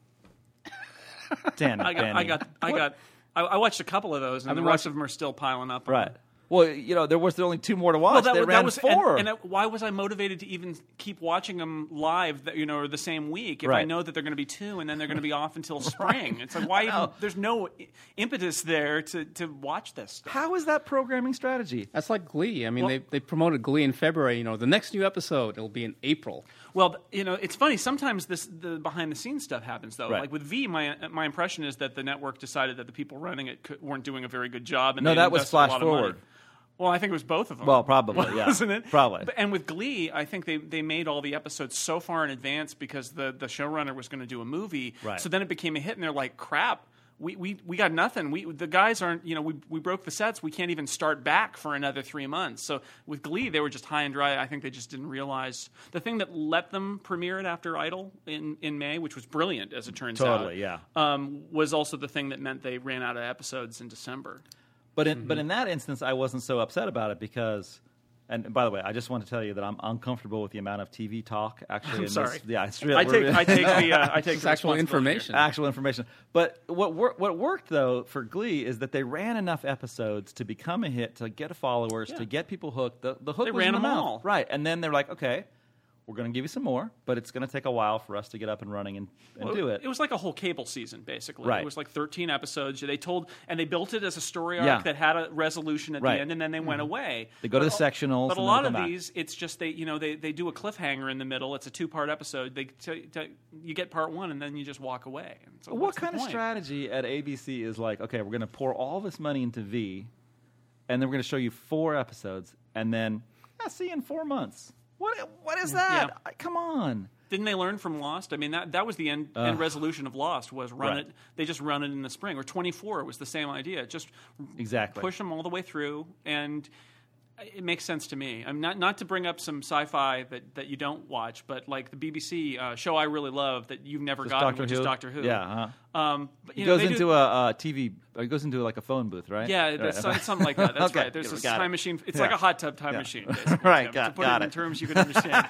Damn it,
I got, I
Benny.
got, I got. I, I watched a couple of those, and the
been
rest
watching-
of them are still piling up.
Right. Well, you know, there was only two more to watch.
that,
they
wa- that
ran
was and-
four.
And, I- why was I motivated to even keep watching them live? That, you know, or the same week if I
Right.
know that they're going to be two, and then they're going to be off until spring. It's like why? Even,
know.
there's no i- impetus there to to watch this. Stuff.
How is that programming strategy?
That's like Glee. I mean,
Well-
they, they promoted Glee in February. You know, the next new episode it'll be in April.
Well, th- you know, it's funny. Sometimes this the behind the scenes stuff happens though.
Right.
Like with V, my my impression is that the network decided that the people running it could, weren't doing a very good job. And
No,
they
that was
invested a lot
Flash
of money.
Forward.
Well, I think it was both of them.
Well, probably, yeah.
wasn't it?
Probably.
But- And with Glee, I think they, they made all the episodes so far in advance because the, the showrunner was going to do a movie.
Right.
So then it became a hit, and they're like, "Crap, we, we, we got nothing. We the guys aren't. You know, we we broke the sets. We can't even start back for another three months." So with Glee, they were just high and dry. I think they just didn't realize the thing that let them premiere it after Idol in in May, which was brilliant as it turns
Totally,
out. Yeah. Um, was also the thing that meant they ran out of episodes in December.
But in,
Mm-hmm.
but in that instance, I wasn't so upset about it because. And by the way, I just want to tell you that I'm uncomfortable with the amount of TV talk. Actually, in
I'm
this-
sorry.
yeah, it's real.
I take
we're-
I take the uh, I take
It's
the
actual
responsibility here.
information.
actual information. But what wor- what worked though for Glee is that they ran enough episodes to become a hit, to get followers, to get people hooked. The, the hook
They
was
ran
in the
them
mouth.
all.
right? And then they're like, okay, we're going to give you some more, but it's going to take a while for us to get up and running and, and
Well,
do it.
It was like a whole cable season, basically.
Right.
It was like 13 episodes. They told and they built it as a story arc
Yeah.
that had a resolution at
Right. Mm-hmm.
the end, and then they went away.
They go to
But
the
a-
sectionals and
But a
then
lot
they
of
come back.
these, it's just they, you know, they, they do a cliffhanger in the middle. It's a two part episode. They t- t- you get part one, and then you just walk away. And so
what
what's the
kind of
point?
strategy at ABC is like, okay, we're going to pour all this money into V, and then we're going to show you four episodes, and then I see you in four months. What what is that?
Mm, Yeah.
I- come on.
Didn't they learn from Lost? I mean, that that was the end, end resolution of Lost was run
Right.
it. They just run it in the spring. Or 24 was the same idea. Just
Exactly.
push them all the way through and it makes sense to me i'm not not to bring up some sci-fi that, that you don't watch but like the bbc uh, show i really love that you've never gotten
Doctor
which
Who?
is doctor who
Yeah, uh-huh.
um, but, you
He
know,
goes
they do-
into a, uh TV. It goes into like a phone booth, right?
yeah,
Right.
there's some- something like that. That's
Okay,
right. There's
good,
this
got
time
it.
machine. It's
Yeah.
like a hot tub time machine, basically.
Right,
Tim,
got-
to put
got
it, in
it.
terms you could understand.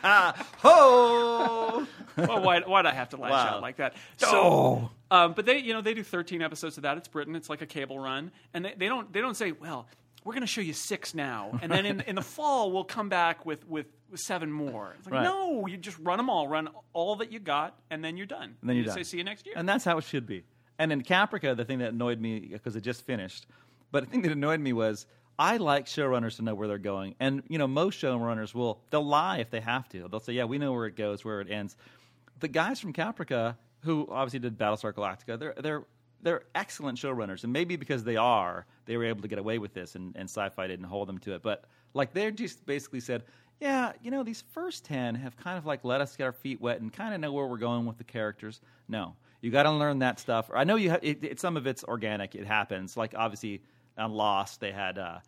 Oh,
well, why, why'd I have to lash
Wow.
out like that?
Oh.
um, but they, you know, they do 13 episodes of that. It's Britain. It's like a cable run, and they, they don't they don't say, well, we're going to show you six now, and then in, in the fall we'll come back with with, with seven more. It's like,
Right.
no, you just run them all, run all that you got, and then you're done.
and then you're
you
done.
Say, see you next year.
And that's how it should be. And in Caprica, the thing that annoyed me because it just finished, but the thing that annoyed me was I like showrunners to know where they're going, and you know most showrunners will they'll lie if they have to. They'll say, "Yeah, we know where it goes, where it ends." The guys from Caprica, who obviously did Battlestar Galactica, they're they're they're excellent showrunners, and maybe because they are, they were able to get away with this, and, and sci-fi didn't hold them to it. But like they just basically said, yeah, you know, these first 10 have kind of like let us get our feet wet and kind of know where we're going with the characters. No, you got to learn that stuff. I know you ha- it, it, some of it's organic, it happens. Like, obviously, on Lost, they had. Uh,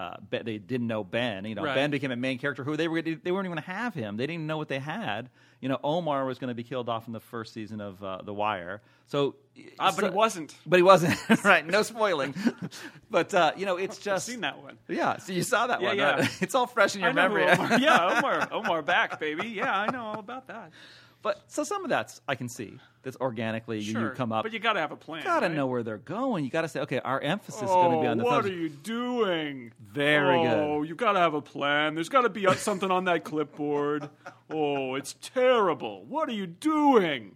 uh, Be- they didn't know Ben. You know,
Right.
Ben became a main character who they were they weren't even going to have him. They didn't know what they had. You know, Omar was going to be killed off in the first season of uh, The Wire. So,
Ah, but he
so-
wasn't.
But he wasn't. right. No spoiling. but uh, you know, it's
I've
just
seen that one.
Yeah. So you saw that
Yeah,
one.
yeah.
Right? It's all fresh in your
I know who
memory.
Omar, yeah, Omar, Omar back, baby. Yeah, I know all about that.
But so some of that's I can see. That's organically you-
Sure,
you come up.
but you got to have a plan.
You gotta
right?
know where they're going. You gotta say, okay, our emphasis is
oh,
going to be on the
what
thumbs.
are you doing?
Very
oh,
good.
you got to have a plan. There's got to be something on that clipboard. Oh, it's terrible. What are you doing?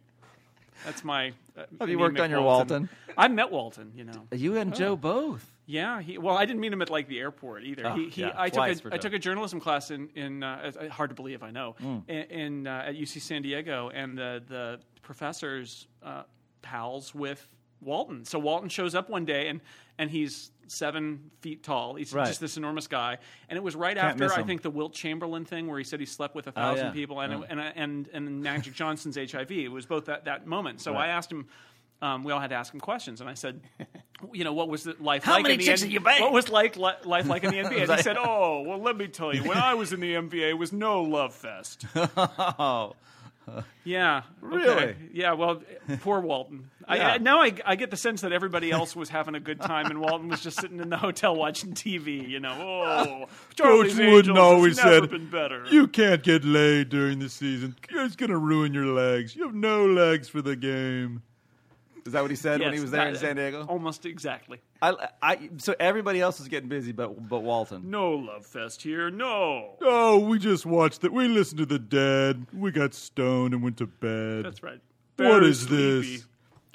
That's my. Uh,
Have you
anemic
worked on your Walton?
I met Walton. You know.
You and Joe both.
Yeah. He, well, I didn't meet him at like the airport either.
Oh,
he, he,
yeah,
I took
twice for
a, I
Joe.
took a journalism class in in uh, it's, uh, hard to believe I know
Mm.
in, in uh, at UC San Diego, and the the professors uh, pals with Walton. So Walton shows up one day and and he's seven feet tall. He's
Right.
just this enormous guy, and it was right
miss
after I
him. Oh,
think the Wilt Chamberlain thing where he said he slept with a thousand
yeah.
people, and, and and and Magic Johnson's HIV. It was both that that moment. So I asked him. Um, we all had to ask him questions, and I said, "You know, what was the life
How
like
many
in the
chicks
N-
did you bang?
What was like li- life like in the NBA? And he said, "Oh, well, let me tell you, when I was in the NBA, it was no love fest."
Oh,
Yeah, okay.
Really?
Yeah. Well, poor Walton. I,
Yeah.
I- now I, I get the sense that everybody else was having a good time, and Walton was just sitting in the hotel watching TV. You know, oh, Charlie's
Wooden
Angels has
always
never
said,
been better.
You can't get laid during the season. It's going to ruin your legs. You have no legs for the game.
Is that what he said when he
Yes,
was there in
that-
San Diego?
Almost exactly.
I, I, so everybody else is getting busy, but but Walton.
No love fest here. No.
Oh, we just watched that. We listened to the dead. We got stoned and went to bed.
That's right.
What
Very
is
sleepy.
this?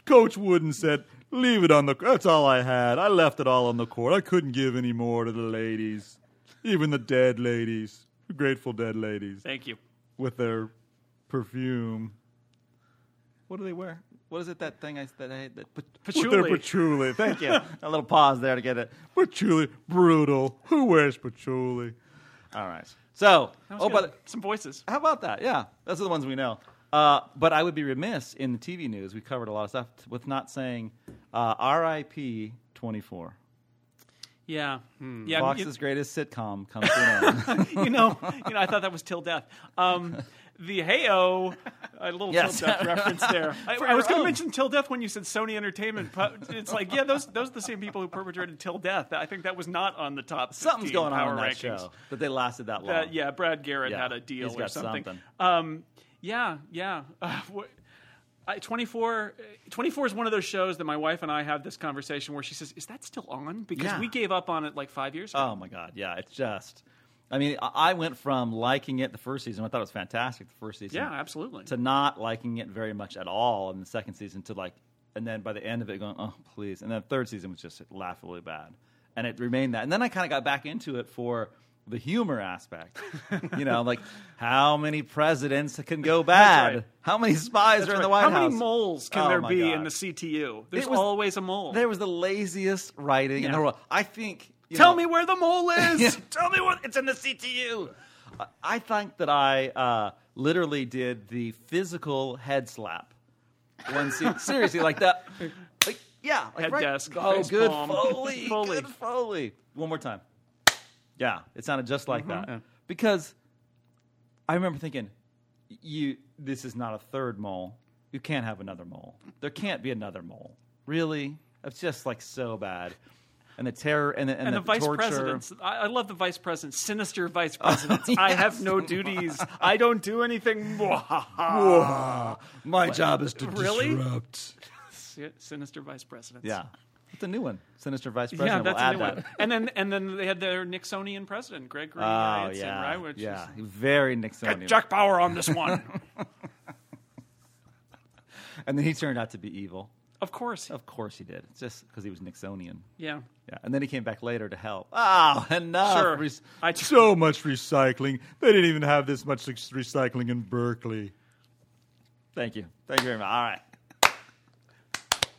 Coach Wooden said, "Leave it on the. That's all I had. I left it all on the court. I couldn't give any more to the ladies, even the dead ladies, grateful dead ladies,
Thank you.
with their perfume. What do they wear? What is it that thing I that I that put, with their
Patchouli.
patchouli? Thank you. A little pause there to get it. Patchouli, brutal. Who wears patchouli? All right. So,
That was
oh,
good.
but
some voices.
how about that? Yeah, those are the ones we know. Uh, but I would be remiss in the TV news. We covered a lot of stuff with not saying uh, "R.I.P. 24."
Yeah.
Hmm.
Yeah. you-
Fox's greatest sitcom comes to an end.
you know, you know, I thought that was till death. Um, the heyo, a little
Yes.
till death reference there. I,
For
I was
your
going
own.
to mention till death when you said Sony Entertainment. But it's like, yeah, those those are the same people who perpetrated till death. I think that was not on the top. 15
Something's going on
power
in that
rankings.
show that they lasted that long.
Uh, yeah, Brad Garrett
Yeah,
had a deal
he's
or
got
something.
something.
Um, yeah, yeah. Uh, what, I, 24, uh, 24 is one of those shows that my wife and I have this conversation where she says, "Is that still on?" Because
Yeah.
we gave up on it like five years ago.
Oh my god, yeah, it's just. I mean, I I went from liking it the first season. I thought it was fantastic the first season.
yeah, absolutely.
to not liking it very much at all in the second season to like and then by the end of it going oh please and then third season was just laughably bad and it remained that and then i kind of got back into it for the humor aspect you know like how many presidents can go bad
right.
how many spies are in
That's
the
right.
white
How
house
many moles can
Oh,
there
my
be
God.
in the CTU? There's
was-
always a mole.
there was the laziest writing in the
Yeah.
world i think you
Tell
know-
me where the mole is.
Yeah, Tell me what it's in the CTU. I- I think that I uh, literally did the physical head slap. One se- seriously, like that. Like, yeah, like
Head
right-
desk,
Oh,
face
good
palm.
foley,
Foley.
good foley. One more time. Yeah, it sounded just like
Mm-hmm.
that because I remember thinking, "You, this is not a third mole. You can't have another mole. There can't be another mole. Really, it's just like so bad." And the terror and the, and
and the, vice
torture. Oh,
presidents. I, I love the vice presidents. Sinister vice presidents. I have no duties. I don't do anything.
Ah, My job is to
Really?
disrupt.
Si- Sinister vice presidents.
Yeah, it's a new one. Sinister Vice President.
Yeah, that's
we'll
a
add
new one.
that.
And then and then they had their Nixonian president, Greg Green
Oh
Hanson,
yeah,
right? Which
yeah,
is
very Nixonian.
Jack Bauer on this one.
and then he turned out to be evil.
of course.
Of course he did. It's just because he was Nixonian.
Yeah.
Yeah, and then he came back later to help. Oh, enough.
Sure.
Rec-
I-
so much recycling. They didn't even have this much ex- recycling in Berkeley. Thank you. Thank you very much. All right.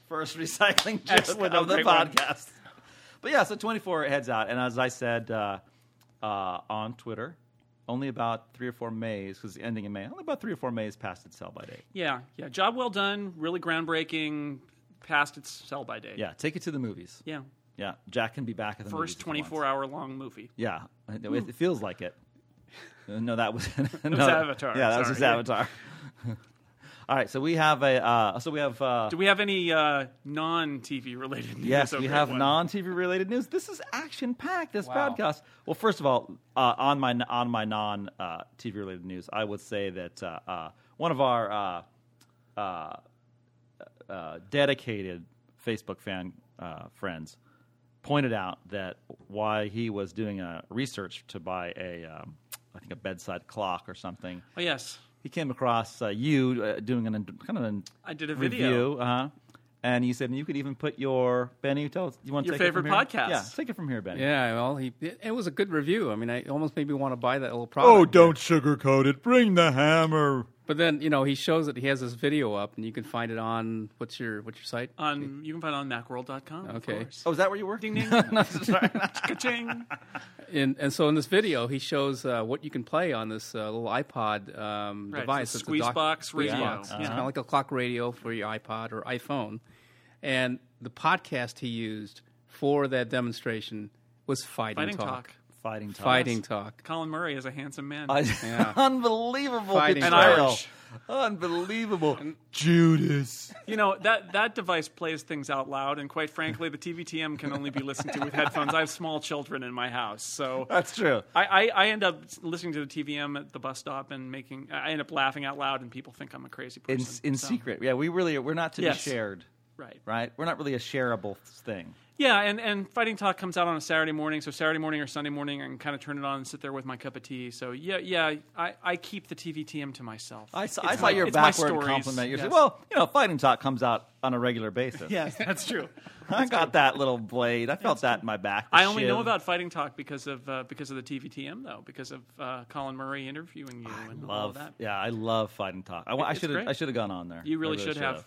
First recycling joke
Excellent.
of the
Great one.
podcast. But yeah, so 24 heads out. And as I said uh, uh, on Twitter, only about three or four Mays, because the ending in May, only about three or four Mays passed its sell by date.
Yeah. Yeah. Job well done. Really groundbreaking. Past its sell by date.
Yeah, take it to the movies.
Yeah.
Yeah, Jack can be back at the movies
First
if he wants.
24 hour long movie.
Yeah, it, it feels like it. Uh, No, that was no,
Avatar,
Yeah, that was his
sorry.
Avatar. All right, so we have a uh, so we have uh,
Do we have any uh, non TV related news?
yes,
over
we
at
have
one?
non TV related news. This is action packed. This
Wow.
podcast. Well, first of all, uh, on my on my non uh, TV related news, I would say that uh, uh, one of our uh, uh, uh, dedicated Facebook fan uh, friends pointed out that why he was doing a research to buy a um, I think a bedside clock or something.
Oh, yes.
He came across uh, you uh, doing an kind of an
I did a video.
review, uh-huh. and you said you could even put your Benny. Tell us, you want
Your
take it from
favorite
here?
podcast.
Yeah, take it from here, Benny.
Yeah, well, he it, it was a good review. I mean, I it almost made me want to buy that little product.
Oh, don't sugarcoat it. Bring the hammer.
But then you know he shows that he has this video up, and you can find it on what's your what's your site?
On, you can find it on macworld.com. Of
Okay.
course.
Oh, is that where you work?
Ding, ding. Ka-ching.
And and so in this video, he shows uh, what you can play on this uh, little iPod um,
Right,
device.
it's a
It's
squeeze box
squeeze
radio.
box. It's
Yeah.
kind of like a clock radio for your iPod or iPhone. And the podcast he used for that demonstration was Fighting,
Fighting Talk.
Fighting Tom.
Fighting Talk.
Colin Murray is a handsome man.
I-
Yeah.
Unbelievable
Fighting
betrayal.
Irish.
Unbelievable.
Judas.
You know that that device plays things out loud, and quite frankly, the TVTM can only be listened to with headphones. I have small children in my house, so
That's true.
I, I, I end up listening to the TVM at the bus stop and making. I end up laughing out loud, and people think I'm a crazy
In
person.
in
so.
secret. Yeah, we really we're not to
Yes.
be shared.
Right.
right? We're not really a shareable thing.
Yeah, and, and Fighting Talk comes out on a Saturday morning, so Saturday morning or Sunday morning, I can kind of turn it on and sit there with my cup of tea. So yeah, yeah, I, I keep the TVTM to myself.
I
It's
saw, I saw
my-
your
it's my
backward
stories.
compliment. You said,
Yes.
well, you know, Fighting Talk comes out on a regular basis.
yes, that's true.
I got that little blade. I felt that in my back. the
I only know
shiv.
about Fighting Talk because of uh, because of the TVTM though, because of uh, Colin Murray interviewing you and all of
love.
that.
Yeah, I love Fighting Talk. I,
It's
should have.
great.
I should have gone on there.
You really
I
should
should've.
have.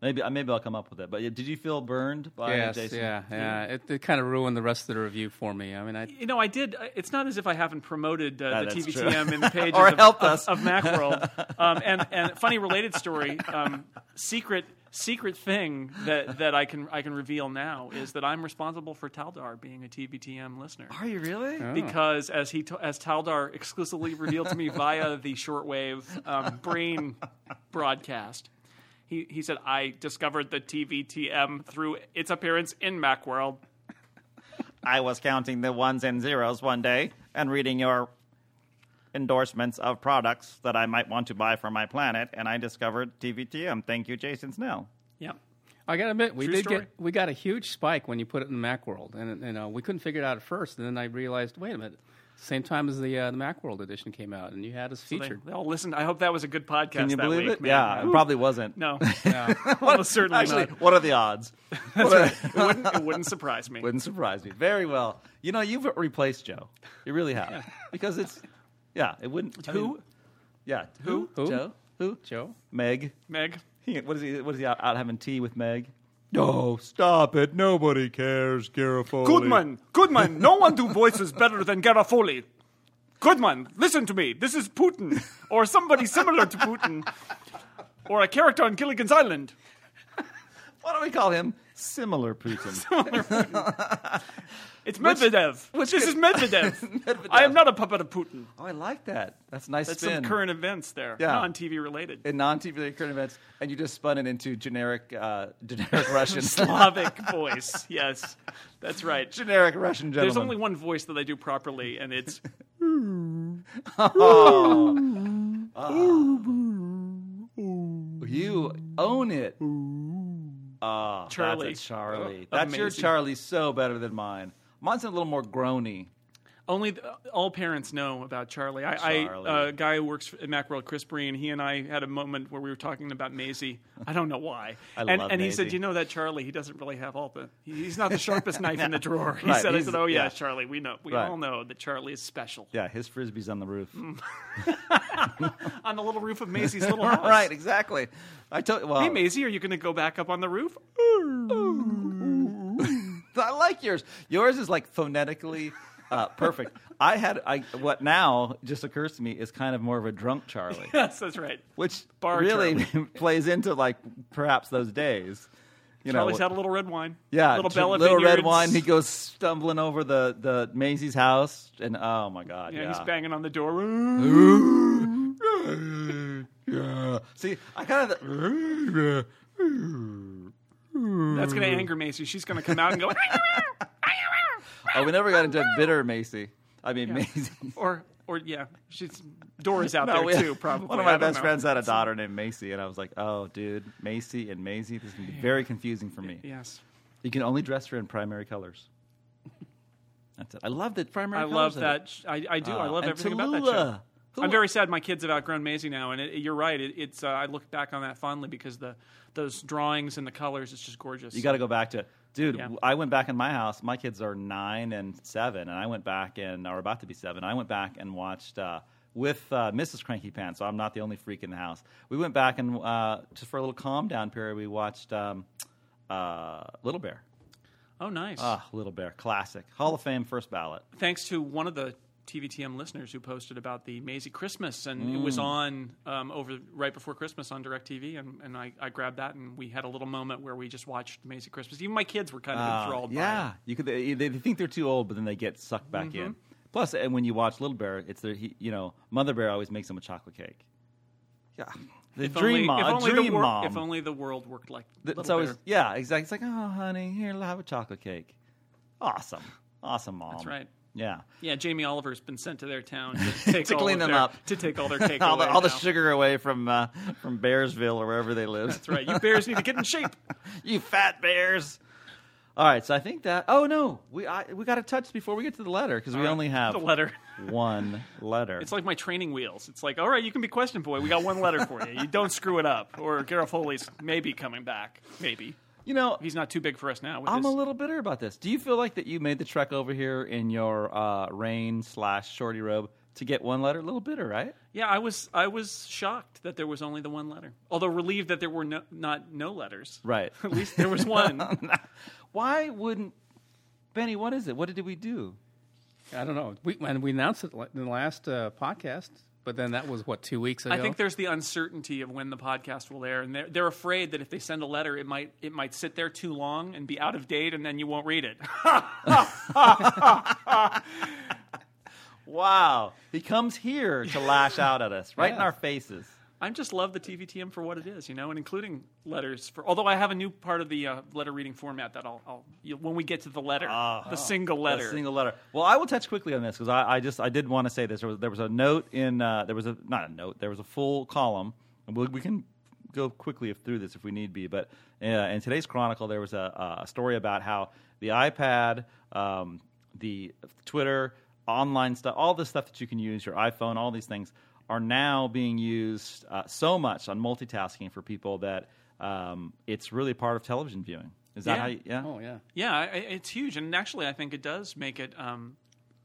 Maybe. I- Maybe I'll come up with it. But yeah, did you feel burned by
yes,
Jason?
yeah, yeah. It, it kind of ruined the rest of the review for me. I mean, I
You know, I did. uh, It's not as if I haven't promoted uh,
Ah,
the
that's
TVTM
true.
in the pages
Or
of,
helped
of-
us.
of MacWorld. Um, and and funny related story, um, secret secret thing that, that I can I can reveal now is that I'm responsible for Taldar being a TVTM listener.
Are you really?
Because as he to, as Taldar exclusively revealed to me via the shortwave um, brain broadcast, he, he said I discovered the TVTM through its appearance in MacWorld.
I was counting the ones and zeros one day and reading your endorsements of products that I might want to buy for my planet, and I discovered TVTM. Thank you, Jason Snell.
Yeah.
I gotta admit, we
True
did
story.
get we got a huge spike when you put it in MacWorld, and you know we couldn't figure it out at first. And then I realized, wait a minute, same time as the uh, the MacWorld edition came out, and you had us
They,
featured.
they all listened. I hope that was a good podcast.
Can you
that
believe
week,
it?
man.
Yeah, it probably wasn't.
No,
What-
Well, certainly
actually,
not.
what are the odds?
it, wouldn't, it wouldn't surprise me.
Wouldn't surprise me. Very well. You know, you've replaced Joe. You really have. Because it's, yeah, it wouldn't. I
Who?
mean, yeah.
Who?
Who?
Joe? Who?
Joe,
Meg.
Meg?
He, what is he? What is he out, out having tea with Meg?
No, stop it. Nobody cares, Garofoli.
Goodman, Goodman, no one do voices better than Garofoli. Goodman, listen to me. This is Putin, or somebody similar to Putin, or a character on Gilligan's Island.
Why don't we call him Similar Putin?
It's Medvedev. this is Medvedev. I am not a puppet of Putin.
oh, I like that. That's a nice.
That's some
spin.
current events there,
Yeah.
non-TV related.
in non-TV current events, and you just spun it into generic, uh, generic Russian,
Slavic voice. Yes, that's right.
generic Russian gentleman.
There's only one voice that I do properly, and it's
You own it. Ah,
Charlie.
That's a Mm. Charlie.
Oh,
that's your
amazing.
Charlie so better than mine. Mine's a little more groany.
Only th- all parents know about Charlie. I,
Charlie.
I uh, guy who works at MacWorld, Chris Breen. He and I had a moment where we were talking about Maisie. I don't know why.
I
and
love
and he said,
Maisie.
"You know that Charlie? He doesn't really have all the. he- He's not the sharpest knife in the drawer." He
Right,
said, "I
he's-
said, oh yeah,
yeah.
Charlie. We know. We
Right.
all know that Charlie is special
Yeah, his frisbee's on the roof.
on the little roof of Maisie's little house."
right, exactly. I told. Well,
Hey Maisie, are you going to go back up on the roof?
I like yours. Yours is like phonetically uh, perfect. I had I what now just occurs to me is kind of more of a drunk Charlie.
Yes, that's right.
which
Bar
really plays into like perhaps those days. You
Charlie's
know,
had a little red wine.
yeah,
little
ch-
Bella
little red
Vineyards.
wine. He goes stumbling over the the Maisie's house, and oh my god,
Yeah,
yeah.
he's banging on the door.
Yeah.
See, I kind of
That's
Mm-hmm.
going to anger Maisie. She's going to come out and go.
oh, we never got into bitter Macy. I mean, Maisie.
or or yeah, she's Dora's out
No,
there
we-
too. Probably
one of
I
my
don't
best
know.
friends had a daughter named Macy, and I was like, "Oh, dude, Macy and Maisie, this is gonna be very confusing for me."
Yes,
You can only dress her in primary colors. That's it. I love that primary.
I
colors
love
of it.
that. sh- I, I do. I
Uh,
love
and
everything about
Tallulah.
that show.
Who-
I'm very sad my kids have outgrown Maisie now, and it, you're right. It, it's uh, I look back on that fondly because the those drawings and the colors, it's just gorgeous.
You got to go back to it. Dude,
Yeah.
I went back in my house. My kids are nine and seven, and I went back and are about to be seven. I went back and watched uh, with uh, Mrs. Cranky Pants, so I'm not the only freak in the house. We went back and uh, just for a little calm down period, we watched um, uh, Little Bear.
oh, nice.
Ah, Little Bear, classic Hall of Fame first ballot.
Thanks to one of the TVTM listeners who posted about the Maisie Christmas, and it
Mm.
was on um, over right before Christmas on Directv, and, and I, I grabbed that, and we had a little moment where we just watched Maisie Christmas. Even my kids were kind of
Uh,
enthralled. by it.
yeah, you could. They, they think they're too old, but then they get sucked back
Mm-hmm.
in. Plus, and when you watch Little Bear, it's their he, you know Mother Bear always makes them a chocolate cake. Yeah, the
If only-
dream mom.
if
a
only the
dream
wor-
mom.
If only the world worked like
Th-
Little
it's always
Bear.
yeah, exactly. It's like, oh, honey, here, have a chocolate cake. Awesome, awesome, mom.
That's right.
Yeah.
Yeah, Jamie Oliver's been sent to their town to, take
To
all
clean
of
them
their-
up.
to take all their cake
all the,
away
all the
now.
sugar away from uh, from Bearsville or wherever they live.
That's right. You bears need to get in shape.
you fat bears. All right, so I think that. Oh no, we I, we got to touch before we get to the letter because we only have
the letter.
one letter.
It's like my training wheels. It's like, all right, you can be question boy. We got one letter for you. You don't screw it up. Or Garofoli's maybe coming back. Maybe
you know,
he's not too big for us now. With
I'm
his-
a little bitter about this. Do you feel like that you made the trek over here in your uh, rain slash shorty robe to get one letter? A little bitter, right?
Yeah, I was I was shocked that there was only the one letter. Although relieved that there were no, not no letters.
Right.
At least there was one.
Why wouldn't Benny? What is it? What did we do?
I don't know. We and we announced it like in the last uh, podcast, but then that was what two weeks ago.
I think there's the uncertainty of when the podcast will air, and they're, they're afraid that if they send a letter, it might it might sit there too long and be out of date, and then you won't read it.
Wow, he comes here to lash out at us, right in our faces.
I just love the TVTM for what it is, you know, and including letters. For although I have a new part of the uh, letter reading format that I'll, I'll you, when we get to the letter, the single letter.
A single letter. Well, I will touch quickly on this because I, I just I did want to say this. There was, there was a note in uh, there was a not a note. There was a full column, and we, we can go quickly if, through this if we need be. But uh, in today's Chronicle, there was a, a story about how the iPad, um, the Twitter, online stuff, all the stuff that you can use, your iPhone, all these things are now being used uh, so much on multitasking for people that um, it's really part of television viewing. Is that
Yeah.
how? You, yeah.
Oh yeah.
Yeah, I- I- it's huge, and actually, I think it does make it um,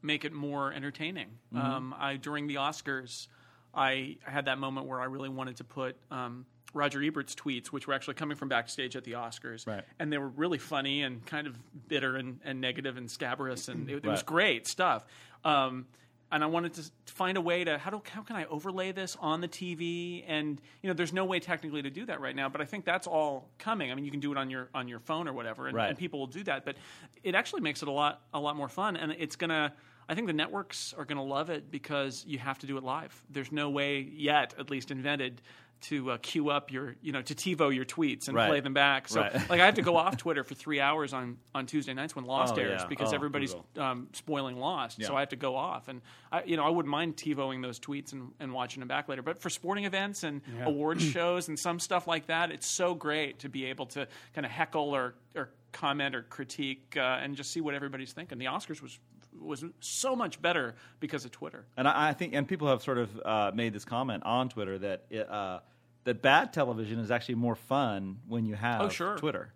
make it more entertaining.
Mm-hmm.
Um, I during the Oscars, I had that moment where I really wanted to put um, Roger Ebert's tweets, which were actually coming from backstage at the Oscars,
Right.
and they were really funny and kind of bitter and, and negative and scabrous, and it, it was
Right.
great stuff. Um, and I wanted to s- to find a way to how do how can I overlay this on the TV? And you know, there's no way technically to do that right now, but I think that's all coming. I mean, you can do it on your on your phone or whatever, and,
Right.
and people will do that. But it actually makes it a lot a lot more fun, and it's gonna. I think the networks are gonna love it because you have to do it live. There's no way yet, at least invented, to uh, queue up your you know to TiVo your tweets and
Right.
play them back. So
Right.
like I have to go off Twitter for three hours on on Tuesday nights when Lost
Oh,
airs
yeah.
because
Oh,
everybody's
brutal.
um, spoiling Lost, so
Yeah.
I have to go off. And I, you know, I wouldn't mind TiVoing those tweets and, and watching them back later. But for sporting events and award shows and some stuff like that, it's so great to be able to kind of heckle or, or comment or critique uh, and just see what everybody's thinking. The Oscars was was so much better because of Twitter.
And I, I think, and people have sort of uh, made this comment on Twitter that it, uh, that bad television is actually more fun when you have
Oh, sure.
Twitter,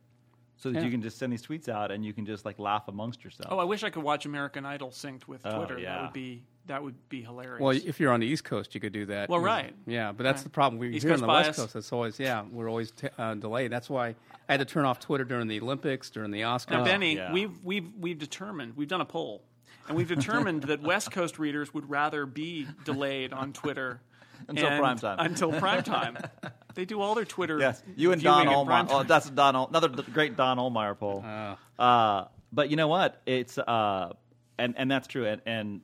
so that you can just send these tweets out and you can just like laugh amongst yourself.
Oh, I wish I could watch American Idol synced with Twitter. That
Oh, yeah.
would be that would be hilarious.
Well, if you're on the East Coast, you could do that.
Well,
You know.
right.
Yeah, but that's the problem. We're
East
here on
Coast
the
bias.
West Coast. It's always yeah, we're always t- uh, delayed. That's why I had to turn off Twitter during the Olympics, during the Oscars.
Now, Benny,
Oh, yeah.
we've we've we've determined we've done a poll, and we've determined that West Coast readers would rather be delayed on Twitter
Until
and-
prime time.
Until prime time, they do all their Twitter.
yes, you and
viewing
Don
at
Olmeyer.
prime
Oh,
time. Oh.
that's Don. Ol- another d- great Don Olmeyer poll. Uh, but you know what? It's uh, and and that's true. And and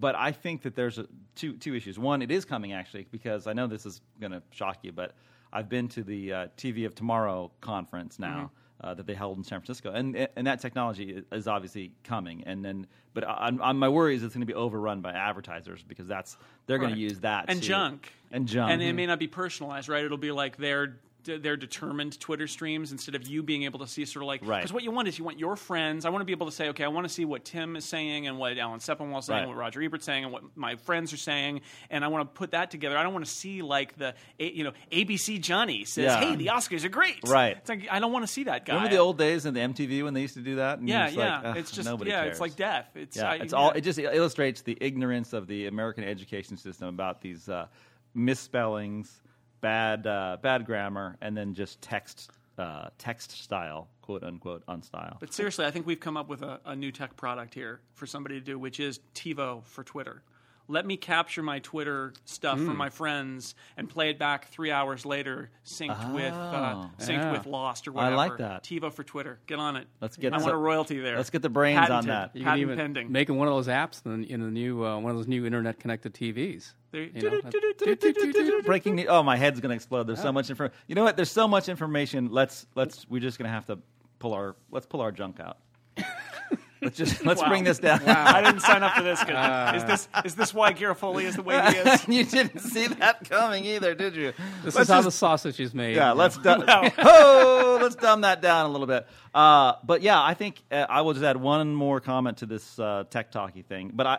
but I think that there's a, two two issues. One, it is coming actually because I know this is going to shock you, but I've been to the uh, TV of Tomorrow conference now
Mm-hmm.
uh, that they held in San Francisco, and and that technology is- is obviously coming. And then, but I, I'm- I'm, my worry is it's going to be overrun by advertisers because that's they're going
Right.
to use that
and
to-
junk
and junk Mm-hmm.
and it may not be personalized, right? It'll be like their their determined Twitter streams instead of you being able to see sort of like
Right.
because what you want is you want your friends. I want to be able to say, okay, I want to see what Tim is saying and what Alan Sepinwall's saying,
Right.
what Roger Ebert's saying, and what my friends are saying, and I want to put that together. I don't want to see like the A- you know ABC Johnny says,
Yeah.
hey, the Oscars are great,
Right.
It's like I don't want to see that guy.
Remember the old days in the MTV when they used to do that? And
yeah,
it's
yeah.
like, ugh,
it's just
nobody
yeah,
cares.
it's like death. It's
Yeah,
I-
it's all.
yeah.
It just illustrates the ignorance of the American education system about these uh, misspellings, bad uh, bad grammar, and then just text uh, text style, quote unquote, on style.
But seriously, I think we've come up with a, a new tech product here for somebody to do, which is TiVo for Twitter. Let me capture my Twitter stuff from
Hmm.
my friends and play it back three hours later, synced with uh,
Oh,
synced
yeah.
with Lost or
I
whatever.
like that.
TiVo for Twitter. Get on it.
Let's get
I
some-
want a royalty there.
let's get the brains on
Patented.
that.
You
Patent
even
pending.
making one of those apps in, in the new uh, one of those new internet connected TVs.
There-
You know,
Breaking news! Oh, my head's gonna explode. There's so much information. You know what? There's so much information. Let's let's. We're just gonna have to pull our let's pull our junk out. Let's just let's
Wow.
bring this down.
I didn't sign up for this. 'cause is this is this why Garofoli is the way he is?
you didn't see that coming either, did you?
This
Let's
is how
just-
the sausage is made.
yeah, let's du- oh, let's dumb that down a little bit. Uh, but yeah, I think uh, I will just add one more comment to this uh, tech talky thing. But I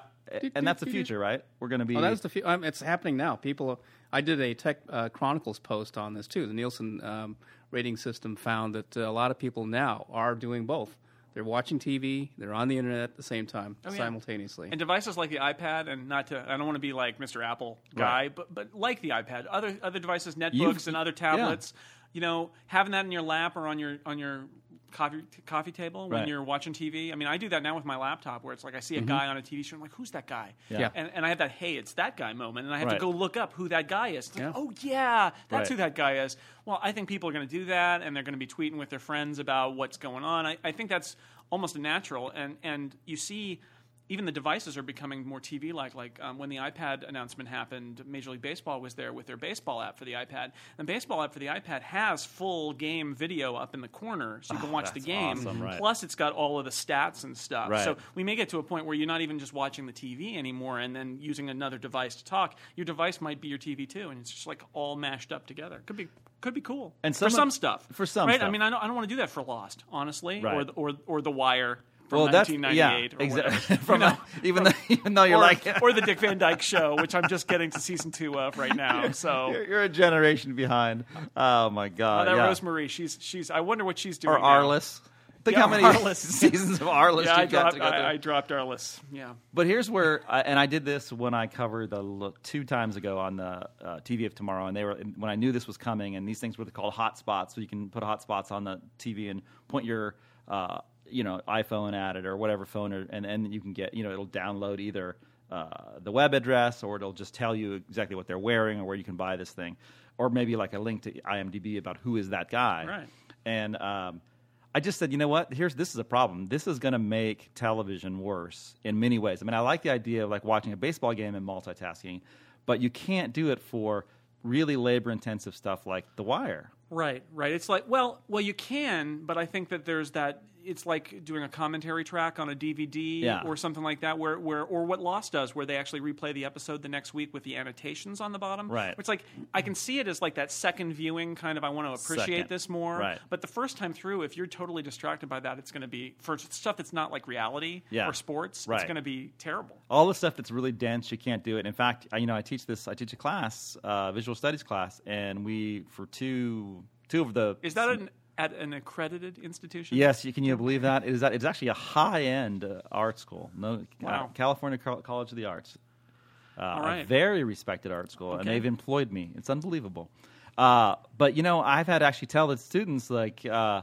and that's the future, right? We're going to be
Oh, that's the few. Um, it's happening now. People, I did a Tech uh, Chronicles post on this too. The Nielsen um, rating system found that uh, a lot of people now are doing both. They're watching TV. They're on the internet at the same time,
Oh, yeah.
simultaneously.
And devices like the iPad, and not to, I don't want to be like Mr. Apple guy, but but like the iPad, other other devices, netbooks,
You've-
and other tablets, you know, having that in your lap or on your on your coffee coffee table when
Right. Mm-hmm.
you're watching TV. I mean, I do that now with my laptop, where it's like I see a guy on a TV show, I'm like, who's that guy?
Yeah.
And, and I have that hey, it's that guy moment, and I have
Right.
to go look up who that guy is. It's like,
Yeah.
oh yeah, that's
Right.
who that guy is. Well, I think people are going to do that, and they're going to be tweeting with their friends about what's going on. I, I think that's almost natural, and and you see. Even the devices are becoming more TV like. Like um, when the iPad announcement happened, Major League Baseball was there with their baseball app for the iPad. And the baseball app for the iPad has full game video up in the corner, so you can watch the
Ah, that's
game.
awesome, right.
Plus, it's got all of the stats and stuff.
Right.
So we may get to a point where you're not even just watching the TV anymore and then using another device to talk. Your device might be your TV too, and it's just like all mashed up together. Could be could be cool.
And
for
some
some
of-
stuff,
for some
right? I
stuff.
mean, I don't, I don't want to do that for Lost, honestly, or
Right.
the, or or The Wire from
well, that's
1998.
yeah,
or whatever.
exactly.
You
From
know?
a- even though even though you're
or,
like
or the Dick Van Dyke Show, which I'm just getting to season two of right now. So.
you're, you're a generation behind. Oh my
Oh,
god,
that
yeah.
Rosemary, she's she's. I wonder what she's doing.
or
now.
Arliss. Think
Yeah,
how many
Arliss.
seasons of Arliss
Yeah, I
you got
dropped,
to go through.
I, I dropped Arliss. Yeah.
But here's where, I, and I did this when I covered the l- two times ago on the uh, TV of Tomorrow, and they were and when I knew this was coming, and these things were called hotspots, so you can put hotspots on the TV and point your, uh, you know, iPhone at it or whatever phone, or, and and you can get, you know, it'll download either uh, the web address or it'll just tell you exactly what they're wearing or where you can buy this thing, or maybe like a link to IMDb about who is that guy,
Right.
and um, I just said, you know what? Here's this is a problem. This is going to make television worse in many ways. I mean, I like the idea of like watching a baseball game and multitasking, but you can't do it for really labor intensive stuff like The Wire.
Right, right. It's like well, well, you can, but I think that there's that. It's like doing a commentary track on a DVD
Yeah.
or something like that, where where or what Lost does, where they actually replay the episode the next week with the annotations on the bottom.
Right.
It's like I can see it as like that second viewing kind of. I want to appreciate
Second.
this more.
Right.
But the first time through, if you're totally distracted by that, it's going to be for stuff that's not like reality
Yeah.
or sports. It's
Right.
going to be terrible.
all the stuff that's really dense you can't do it in fact I, you know i teach this i teach a class uh, visual studies class and we for two two of the
Is that an at an accredited institution?
yes you can you believe that it is that it's actually a high end uh, art school no
Wow.
uh, california Col- college of the arts uh, a
right.
very respected art school and
Okay.
they've employed me it's unbelievable uh, but you know i've had to actually tell the students like uh,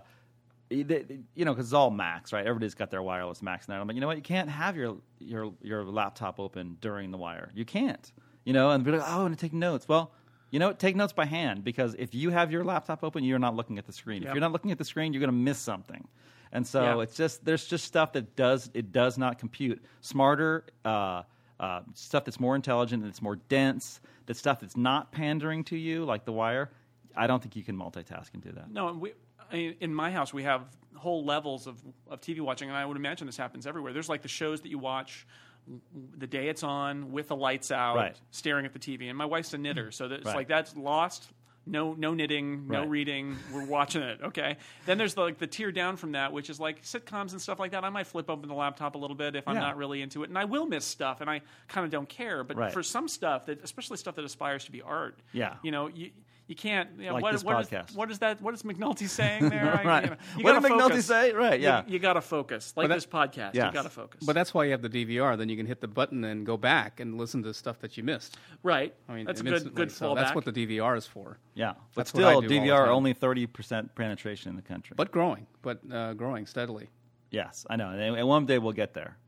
you know, because it's all Macs, right? Everybody's got their wireless Macs now. I'm like, you know what? You can't have your your your laptop open during the wire. You can't. You know, and be like, oh, I want to take notes. Well, you know, what? take notes by hand because if you have your laptop open, you're not looking at the screen. If you're not looking at the screen, you're going to miss something. And so
Yeah.
it's just there's just stuff that does it does not compute. Smarter uh, uh, stuff that's more intelligent, that's more dense, that stuff that's not pandering to you like the wire. I don't think you can multitask and do that.
No, and we, I mean, in my house we have whole levels of, of TV watching, and I would imagine this happens everywhere. There's like the shows that you watch w- w- the day it's on with the lights out,
Right.
staring at the TV. And my wife's a knitter, so that it's
Right.
like that's lost. No, no knitting, no
Right.
reading. We're watching it. Okay. Then there's the, like the tier down from that, which is like sitcoms and stuff like that. I might flip open the laptop a little bit if I'm
Yeah.
not really into it, and I will miss stuff, and I kind of don't care. But
Right.
for some stuff that, especially stuff that aspires to be art,
Yeah.
you know, you you can't. You know,
Like
what,
this
what is-
podcast.
what is that? What is McNulty saying there? I-
Right.
you know, you
What
gotta
did McNulty
focus.
say? Right,
You-
yeah.
You, got to focus. Like
that-
this podcast,
Yes.
you got to focus.
but that's why you have the DVR. Then you can hit the button and go back and listen to stuff that you missed.
right.
I mean,
that's a good
instantly.
good
so
fallback.
That's what the DVR is for.
Yeah, but
That's what I
still,
do all the
DVR
time.
only thirty percent penetration in the country.
But growing, but uh, growing steadily.
yes, I know, and, and one day we'll get there.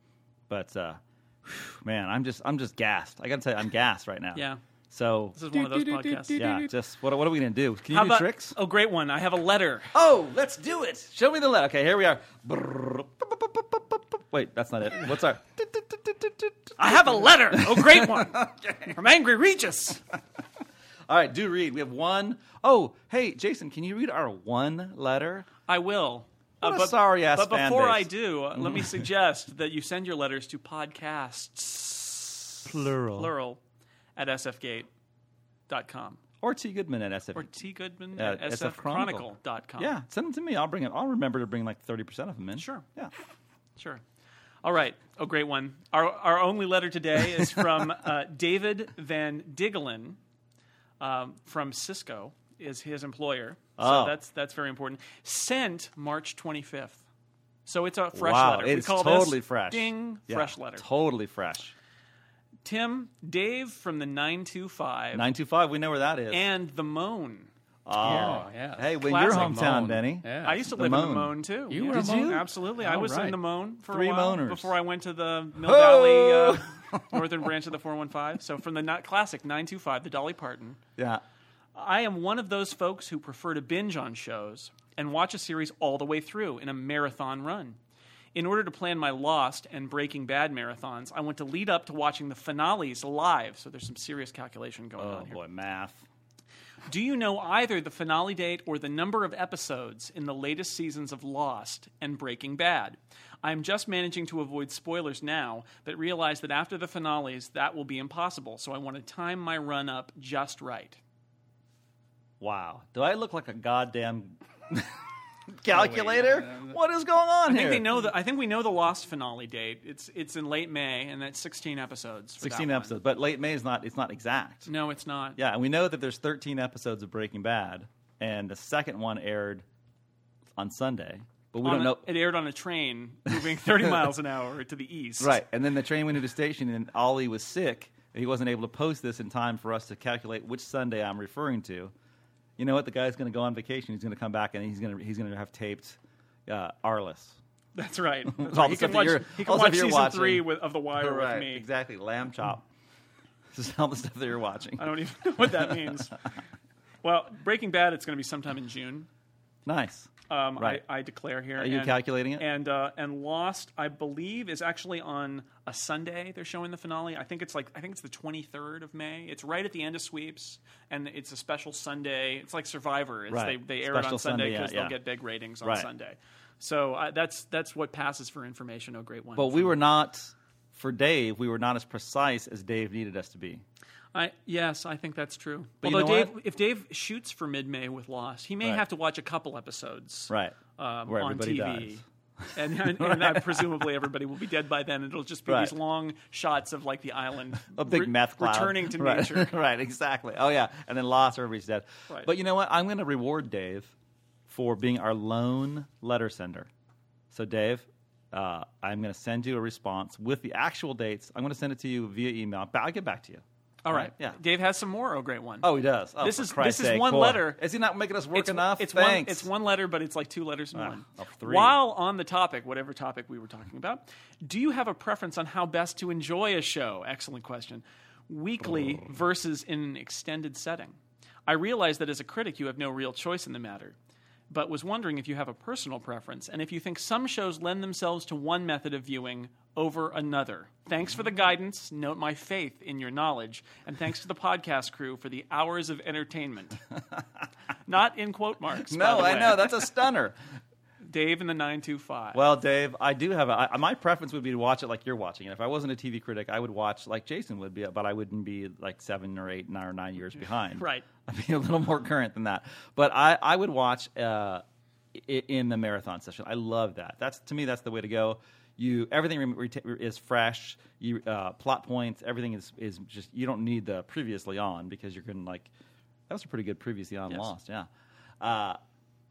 But uh, whew, man, I'm just I'm just gassed. I gotta tell you, I'm gassed right now.
Yeah.
So
this is one of those podcasts.
yeah, just what what are we gonna do? Can you
How
do
about
tricks?
oh great one? I have a letter.
Oh, let's do it. Show me the letter. Okay, here we are. Brrr. Wait, that's not it. What's our?
I have a letter. Oh great one from Angry Regis.
All right, do read. We have one. Oh, hey, Jason, can you read our one letter?
I will.
What a sorry-ass
Uh, But
fan
before
base. Mm.
I do, uh, let me suggest that you send your letters to podcasts
Plural.
plural at sfgate.com
Or T. Goodman at SF.
or T Goodman
Uh,
at
SF Chronicle.
sfchronicle.com.
yeah, send them to me. I'll bring it. I'll remember to bring like thirty percent of them in.
Sure.
Yeah.
Sure. All right. Oh, great one. Our, our only letter today is from uh, David Van Diggelen um, from Cisco, is his employer.
Oh.
So that's, that's very important. Sent March 25th. So it's a fresh
wow,
letter.
it's
we call
totally
this
fresh.
Ding,
Yeah,
fresh letter.
Totally fresh.
Tim, Dave from the 925,
Nine two five. We know where that is.
and The Moan.
oh,
yeah.
Hey, when
Classic
your hometown,
Moan.
Benny.
Yeah.
I used to
The
live in
Moan.
The Moan, too.
You
Yeah.
were a
Did
Moan?
you?
Absolutely. I
All
was in
right.
the Moan for
Three
a while
Moaners.
before I went to the Mill
Ho!
Valley uh, northern branch of the 415. So from the not classic 925, the Dolly Parton.
Yeah.
I am one of those folks who prefer to binge on shows and watch a series all the way through in a marathon run. In order to plan my Lost and Breaking Bad marathons, I want to lead up to watching the finales live. So there's some serious calculation going
Oh
on here.
boy, math.
Do you know either the finale date or the number of episodes in the latest seasons of Lost and Breaking Bad? I'm just managing to avoid spoilers now, but realize that after the finales, that will be impossible, so I want to time my run up just right.
Wow. Do I look like a goddamn calculator? what is going on
I think
here?
they know the, I think we know the Lost finale date. It's it's in late May, and that's 16 episodes. for that
16
one. Mm.
episodes, but late May is not it's not exact.
No, it's not.
Yeah, and we know that there's 13 episodes of Breaking Bad and the second one aired on Sunday, but we
On
don't
a-
know
It aired on a train moving 30 miles an hour to the east.
Right. And then the train went into station, and Ollie was sick. He wasn't able to post this in time for us to calculate which Sunday I'm referring to. You know what? The guy's going to go on vacation. He's going to come back, and he's going to he's going to have taped uh, Arliss.
That's right. That's right.
all the
He
stuff
can
that
watch,
you're-
he
all
can watch
the stuff you're
season
watching.
three with, of The Wire with me. Mm-hmm.
Exactly. Lamb chop. this is all the stuff that you're watching.
I don't even know what that means. well, Breaking Bad, it's going to be sometime in June.
Nice.
Um,
Right.
I, I declare here.
Are you calculating it?
And uh, and Lost, I believe, is actually on a Sunday. They're showing the finale. I think it's like I think it's the twenty third of May. It's right at the end of sweeps, and it's a special Sunday. It's like Survivor. It's,
Right.
They they air it
Special
on Sunday
Sunday,
because
yeah, yeah.
they'll get big ratings on
Right.
Sunday. So uh, that's that's what passes for information. Oh, great one.
But we were not for Dave. We were not as precise as Dave needed us to be.
I yes, I think that's true.
But you
Although
know
Dave,
what?
if Dave shoots for mid May with Lost, he may
Right.
have to watch a couple episodes.
Right.
um,
Where
on
everybody
TV.
dies.
And, and, and uh, presumably everybody will be dead by then. It'll just be
Right.
these long shots of like the island,
a big
re-
meth cloud.
returning to
right.
nature.
right, exactly. Oh yeah, and then lost everybody's dead.
Right.
But you know what? I'm going to reward Dave for being our lone letter sender. So Dave, uh, I'm going to send you a response with the actual dates. I'm going to send it to you via email. But I'll get back to you.
All right,
Yeah.
Dave has some more. Oh, great one.
Oh, he does. Oh,
This
for
is-
Christ's
this is
sake,
one
boy.
letter.
Is he not making us work
it's,
enough?
It's one.
Thanks.
It's one letter, but it's like two letters in one.
of three.
While on the topic, whatever topic we were talking about, do you have a preference on how best to enjoy a show? Excellent question. Weekly
Oh.
versus in an extended setting. I realize that as a critic, you have no real choice in the matter. But was wondering if you have a personal preference and if you think some shows lend themselves to one method of viewing over another. Thanks for the guidance. Note my faith in your knowledge. And thanks to the podcast crew for the hours of entertainment. Not in quote marks. by
No,
the
I
way.
know that's a stunner.
Dave and the nine two five.
Well, Dave, I do have a. I, my preference would be to watch it like you're watching it. If I wasn't a TV critic, I would watch like Jason would be, but I wouldn't be like seven or eight or nine years behind.
Right.
I'd be a little more current than that. But I, I would watch uh, i- in the marathon session. I love that. That's to me, that's the way to go. You everything re- re- is fresh. You uh, plot points. Everything is is just. You don't need the previously on because you're going to like. That was a pretty good previously on
Yes.
Lost. Yeah. Uh,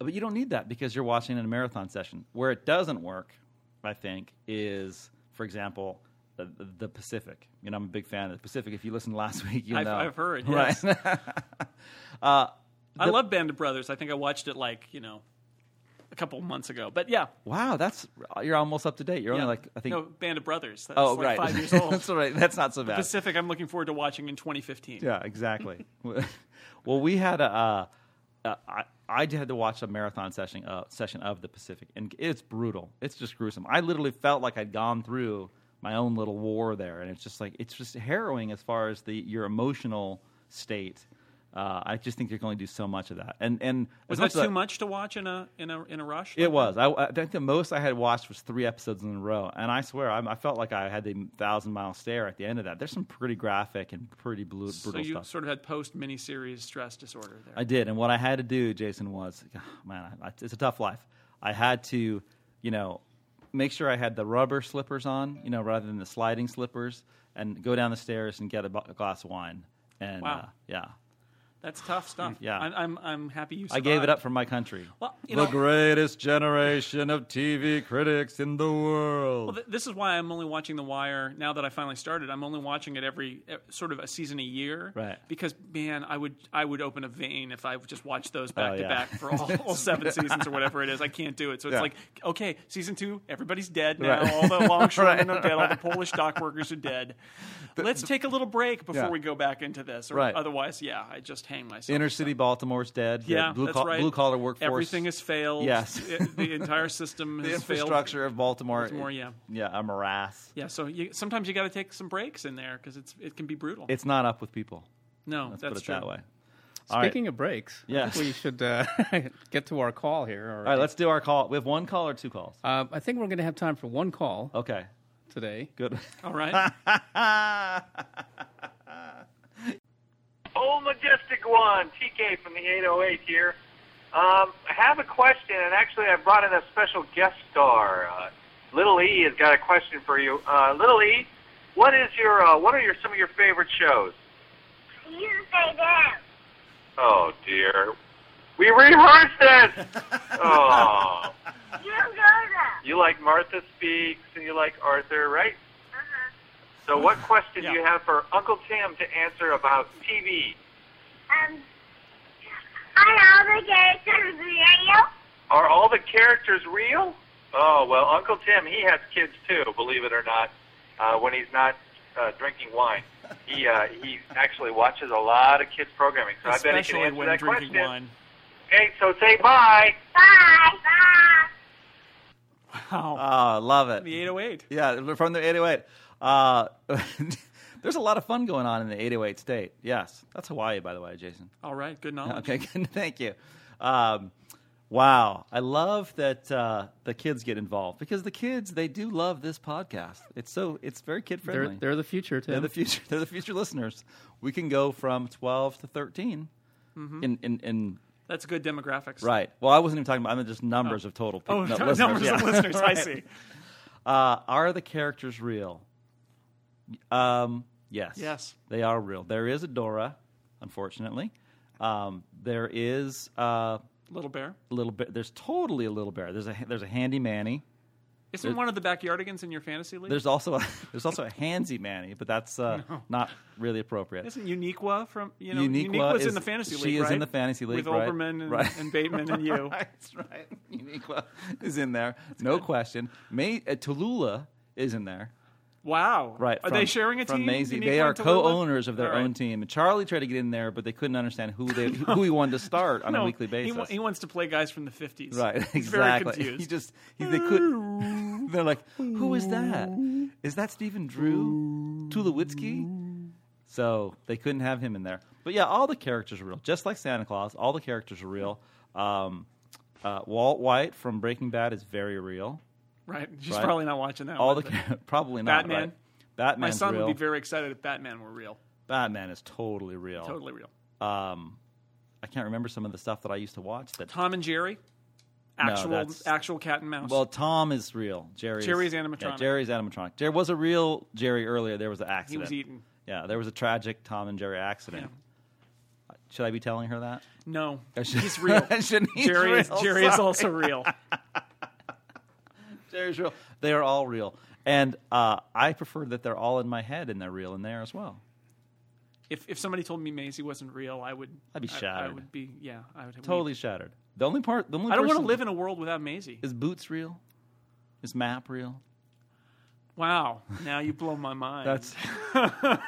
but you don't need that because you're watching in a marathon session. Where it doesn't work, I think, is for example. The, the Pacific. You know, I'm a big fan of the Pacific. If you listened last week, you
I've,
know.
I've heard.
Right.
Yes. I love Band of Brothers. I think I watched it like you know a couple months ago. But yeah,
Wow, that's you're almost up to date. You're
yeah.
only like I think.
no Band of Brothers. That's
oh,
like
right.
five years old.
that's all right. That's not so bad.
Pacific. I'm looking forward to watching in 2015.
Yeah, exactly. well, we had a. Uh, uh, I, I had to watch a marathon session uh, session of the Pacific, and it's brutal. It's just gruesome. I literally felt like I'd gone through my own little war there, and it's just like it's just harrowing as far as the your emotional state Uh, I just think you can only do so much of that. And and as
Was
much
that
as
too
I-
much to watch in a in a in a rush?
It was. I, I think the most I had watched was three episodes in a row, and I swear I'm, I felt like I had the thousand mile stare at the end of that. There's some pretty graphic and pretty blue,
so
brutal
you
stuff.
sort of had post miniseries stress disorder there.
I did, and what I had to do, Jason, was man, I, I- it's a tough life. I had to, you know, make sure I had the rubber slippers on, you know, rather than the sliding slippers, and go down the stairs and get a, bu- a glass of wine. And
Wow.
uh, yeah,
That's tough stuff.
Yeah.
I'm I'm, I'm happy you.
I
Survived.
gave it up for my country.
Well, you
the
know,
greatest generation of TV critics in the world.
Well, th- this is why I'm only watching The Wire now that I finally started. I'm only watching it every eh, sort of a season a year,
Right.
Because man, I would I would open a vein if I would just watched those back to
Oh, yeah.
back for all, all seven seasons or whatever it is. I can't do it. So it's
Yeah.
like, okay, season two, everybody's dead now.
Right.
All the longshoremen
Right.
are dead. All the Polish dock workers are dead. Let's take a little break before
Yeah.
we go back into this, or
Right.
otherwise, yeah, I just hang myself.
Inner city Baltimore's dead. The
yeah,
blue,
that's
col-
right.
blue collar workforce.
Everything has failed.
Yes.
I- the entire system
the
has failed.
infrastructure of Baltimore.
Baltimore,
it-
yeah.
yeah, a morass.
Yeah, so you, sometimes you got to take some breaks in there because it's it can be brutal.
It's not up with people.
no,
Let's
that's
put it
true.
that way. All right.
Speaking of breaks, I
Yes.
think we should uh, get to our call here. Or,
All right, let's do our call. We have one call or two calls.
uh, I think we're going to have time for one call
Okay,
today.
good. Ah,
All right,
Old Majestic One, TK from the 808 here. Um, I have a question, and actually, I brought in a special guest star. Uh, Little E has got a question for you. Uh, Little E, what is your uh, what are your some of your favorite shows?
You say that.
Oh dear, we rehearsed this. oh,
You go there.
you like Martha Speaks, and you like Arthur, right?
Uh-huh.
So, what question
Yeah.
do you have for Uncle Tim to answer about TV?
Um, are all the characters real?
Are all the characters real? Oh well, Uncle Tim he has kids too. Believe it or not, uh, when he's not uh, drinking wine, he uh, he actually watches a lot of kids programming. So I bet he can
especially
answer
when
that
drinking
question.
wine.
Hey, so say bye.
Bye. Bye.
Wow,
Ah, love it.
the 808.
Yeah, from the 808. Uh, there's a lot of fun going on in the 808 state. Yes, that's Hawaii, by the way, Jason.
All right, good knowledge.
Okay, good. Thank you. Um, wow, I love that uh, the kids get involved because the kids they do love this podcast. It's so it's very kid
They're,
friendly.
they're the future, Tim.
They're the future. They're the future listeners. We can go from twelve to 13
Mm-hmm.
In, in in
That's good demographics.
right. Well, I wasn't even talking about. I meant just numbers of total. people.
Oh,
no,
t-
listeners,
numbers
yeah.
of listeners. I see.
Uh, are the characters real? Um, yes.
Yes.
They are real. There is a Dora, unfortunately. Um, there is uh,
Little Bear.
little. Bear. There's totally a little bear. There's a there's a handy Manny.
Isn't one of the backyardigans in your fantasy league?
There's also a, there's also a handsy Manny, but that's uh, not really appropriate.
Isn't Uniqua from you know
Uniqua
Uniqua's
is-
in the fantasy
she
league?
is in
right?
the fantasy league,
with
right,
Olbermann and,
right.
and Bateman and you.
That's right. Uniqua is in there, no question. May, uh, Tallulah is in there,
Wow.
right?
Are
from-
they sharing a
from
team?
Maisie.
Uniqua
They
and
are
Tallulah?
co-owners of their
All right.
own team. And Charlie tried to get in there, but they couldn't understand who they who he wanted to start on
No,
a weekly
he
basis.
wa- He, wants to play guys from the 50s.
right?
He's
exactly.
very confused.
He just he, they could. They're like, who is that? Is that Stephen Drew Tulowitzki? So they couldn't have him in there. But yeah, all the characters are real, just like Santa Claus. All the characters are real. Um, uh, Walt White from Breaking Bad is very real.
right. She's
Right.
probably not watching that.
All
one,
the
but-
char- probably not
Batman.
Right? Batman's
My son
real.
would be very excited if Batman were real.
Batman is totally real.
Totally real.
Um, I can't remember some of the stuff that I used to watch. That
Tom and Jerry, actual
that's-
actual cat and mouse.
well, Tom is real. Jerry.
Jerry's
yeah,
animatronic.
Jerry's animatronic. There was a real Jerry earlier. There was an
he
accident.
was eaten.
Yeah, there was a tragic Tom and Jerry accident. Should I be telling her that?
No,
I should-
he's real.
I shouldn't. He's
Jerry is
real,
Jerry is
sorry.
also real.
Jerry's real. They are all real, and uh, I prefer that they're all in my head and they're real in there as well.
If if somebody told me Maisie wasn't real, I would.
I'd be
I- I,
shattered.
would be. Yeah, I would
Totally shattered. The only part. The only
I don't want to
person-
live in a world without Maisie.
Is Boots real? Is Map real?
Wow, now you blow my mind.
That's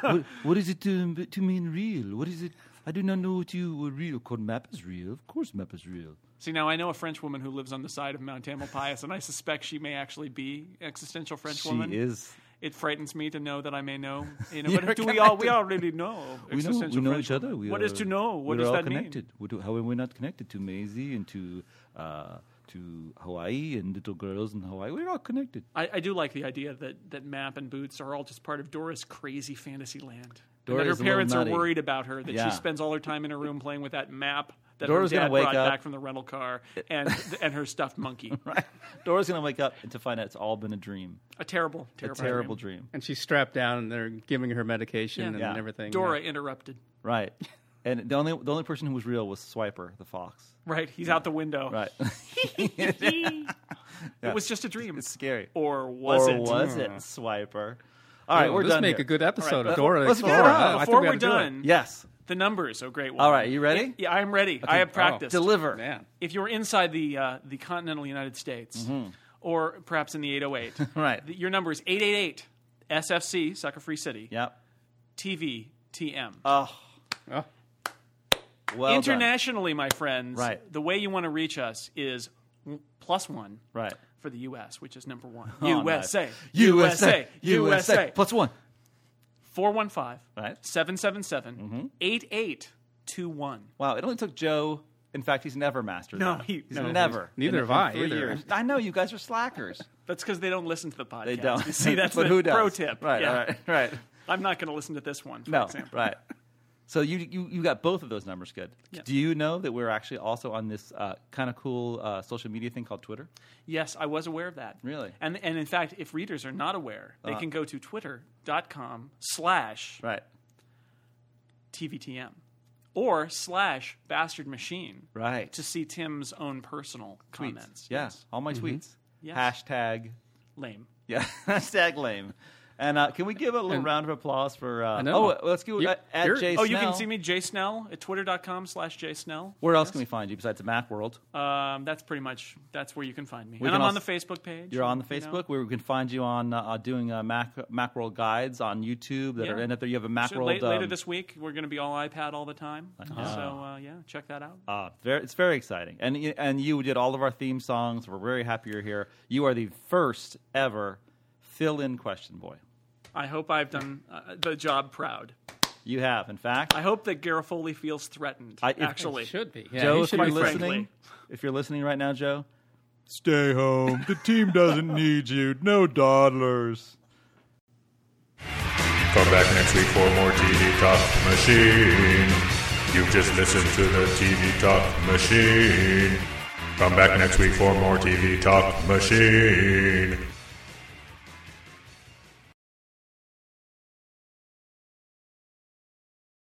what, what is it to, to mean real? What is it? I do not know what you were real. Called map is real. Of course, map is real.
see now I know a French woman who lives on the side of Mount Tamalpais, and I suspect she may actually be existential French
she
woman.
is
It frightens me to know that I may know. You know,
You're
but do we all we
connected.
already know?
we know, we
existential
know each
friendship?
other. We
What
are,
is to know? What
we're
does
all
that
connected. We do- how are we not connected to Maisie and to uh, to Hawaii and little girls in Hawaii? We're all connected.
mean? I, I do like the idea that, that Map and Boots are all just part of Dora's crazy fantasy land. And
Dora
that her
is a little
parents are
nutty.
worried about her, that
Yeah.
she spends all her time in her room playing with that map that
Dora's
her
gonna
dad
wake
brought
up-
back from the rental car and and her stuffed monkey.
Right? Dora's gonna wake up to find out it's all been a dream,
A terrible,
a
terrible,
terrible
dream.
dream.
And she's strapped down, and they're giving her medication
Yeah.
and
Yeah.
everything.
Dora
yeah.
interrupted.
Right. And the only the only person who was real was Swiper the fox.
Right, he's out the window.
Right.
It was just a dream.
it's scary.
Or was
or
it?
was it Swiper? All right,
Oh,
we're
let's
done.
make
here.
a good episode
but-
of Dora.
let's
Explorer.
get it on.
I think
Before
we
we're
ought to do it.
done,
Yes.
the numbers. Oh, great one.
All right, you ready? oh,
Yeah, I'm ready. I have practiced.
Deliver.
Man.
if you're inside the uh, the continental United States,
Mm-hmm.
or perhaps in the 808,
Right.
th- Your number is 888 SFC Sucker Free City
Yep.
TV TM.
Oh,
Oh,
well done.
Internationally, my friends,
Right.
The way you want to reach us is w- plus one
Right.
for the U.S., which is number one.
Oh, nice.
USA,
USA,
USA.
Plus one.
415
Right. Mm-hmm.
777 8821.
Wow, it only took Joe. In fact, he's never mastered.
No,
that.
he-
he's
no.
never.
Neither
In-
have I
in three
either.
years. I know you guys are slackers.
That's because they don't listen to the podcast.
They don't
You see, that's
but
the
who does?
pro tip.
Right,
Yeah.
right, right.
I'm not going to listen to this one, for
No,
example.
right. So you, you you got both of those numbers good.
Yeah.
Do you know that we're actually also on this uh, kind of cool uh, social media thing called Twitter?
Yes, I was aware of that.
Really? Uh.
And, and in fact, if readers are not aware, they can go to twitter.com slash
Right,
TVTM or slash bastard machine
right.
to see Tim's own personal
tweets.
comments.
Yeah,
Yes. Mm-hmm.
all my tweets.
Yes.
Hashtag
Lame.
yeah. Hashtag lame. And uh, can we give a little
And-
round of applause for? Uh,
I know.
Oh, let's give
You-
at, at
you're-
Jay.
Oh, you can
Snell.
see me, Jay Snell, at twitter.com slash Jay Snell.
Where else can we find you besides the Mac World?
Um, that's pretty much that's where you can find me.
We
and
can
I'm on
also-
the Facebook page.
You're on the
you know.
Facebook. where we can find you on uh, uh, doing uh, Mac Macworld guides on YouTube that
Yeah.
are end up there. You have a
So
Macworld.
late, later
um,
this week, we're going to be all iPad all the time. So uh, yeah, check that out.
uh, very, it's very exciting, and y- and you did all of our theme songs. We're very happy you're here. You are the first ever fill-in question boy.
I hope I've done uh, the job proud.
You have, in fact.
I hope that Garofoli feels threatened.
I- if-
actually,
should be. Yeah,
Joe,
he
if
should
you're
be
frankly.
listening, if you're listening right now, Joe,
Stay home. The team doesn't need you. No dawdlers.
Come back next week for more TV Talk Machine. You've just listened to the TV Talk Machine. Come back next week for more TV Talk Machine.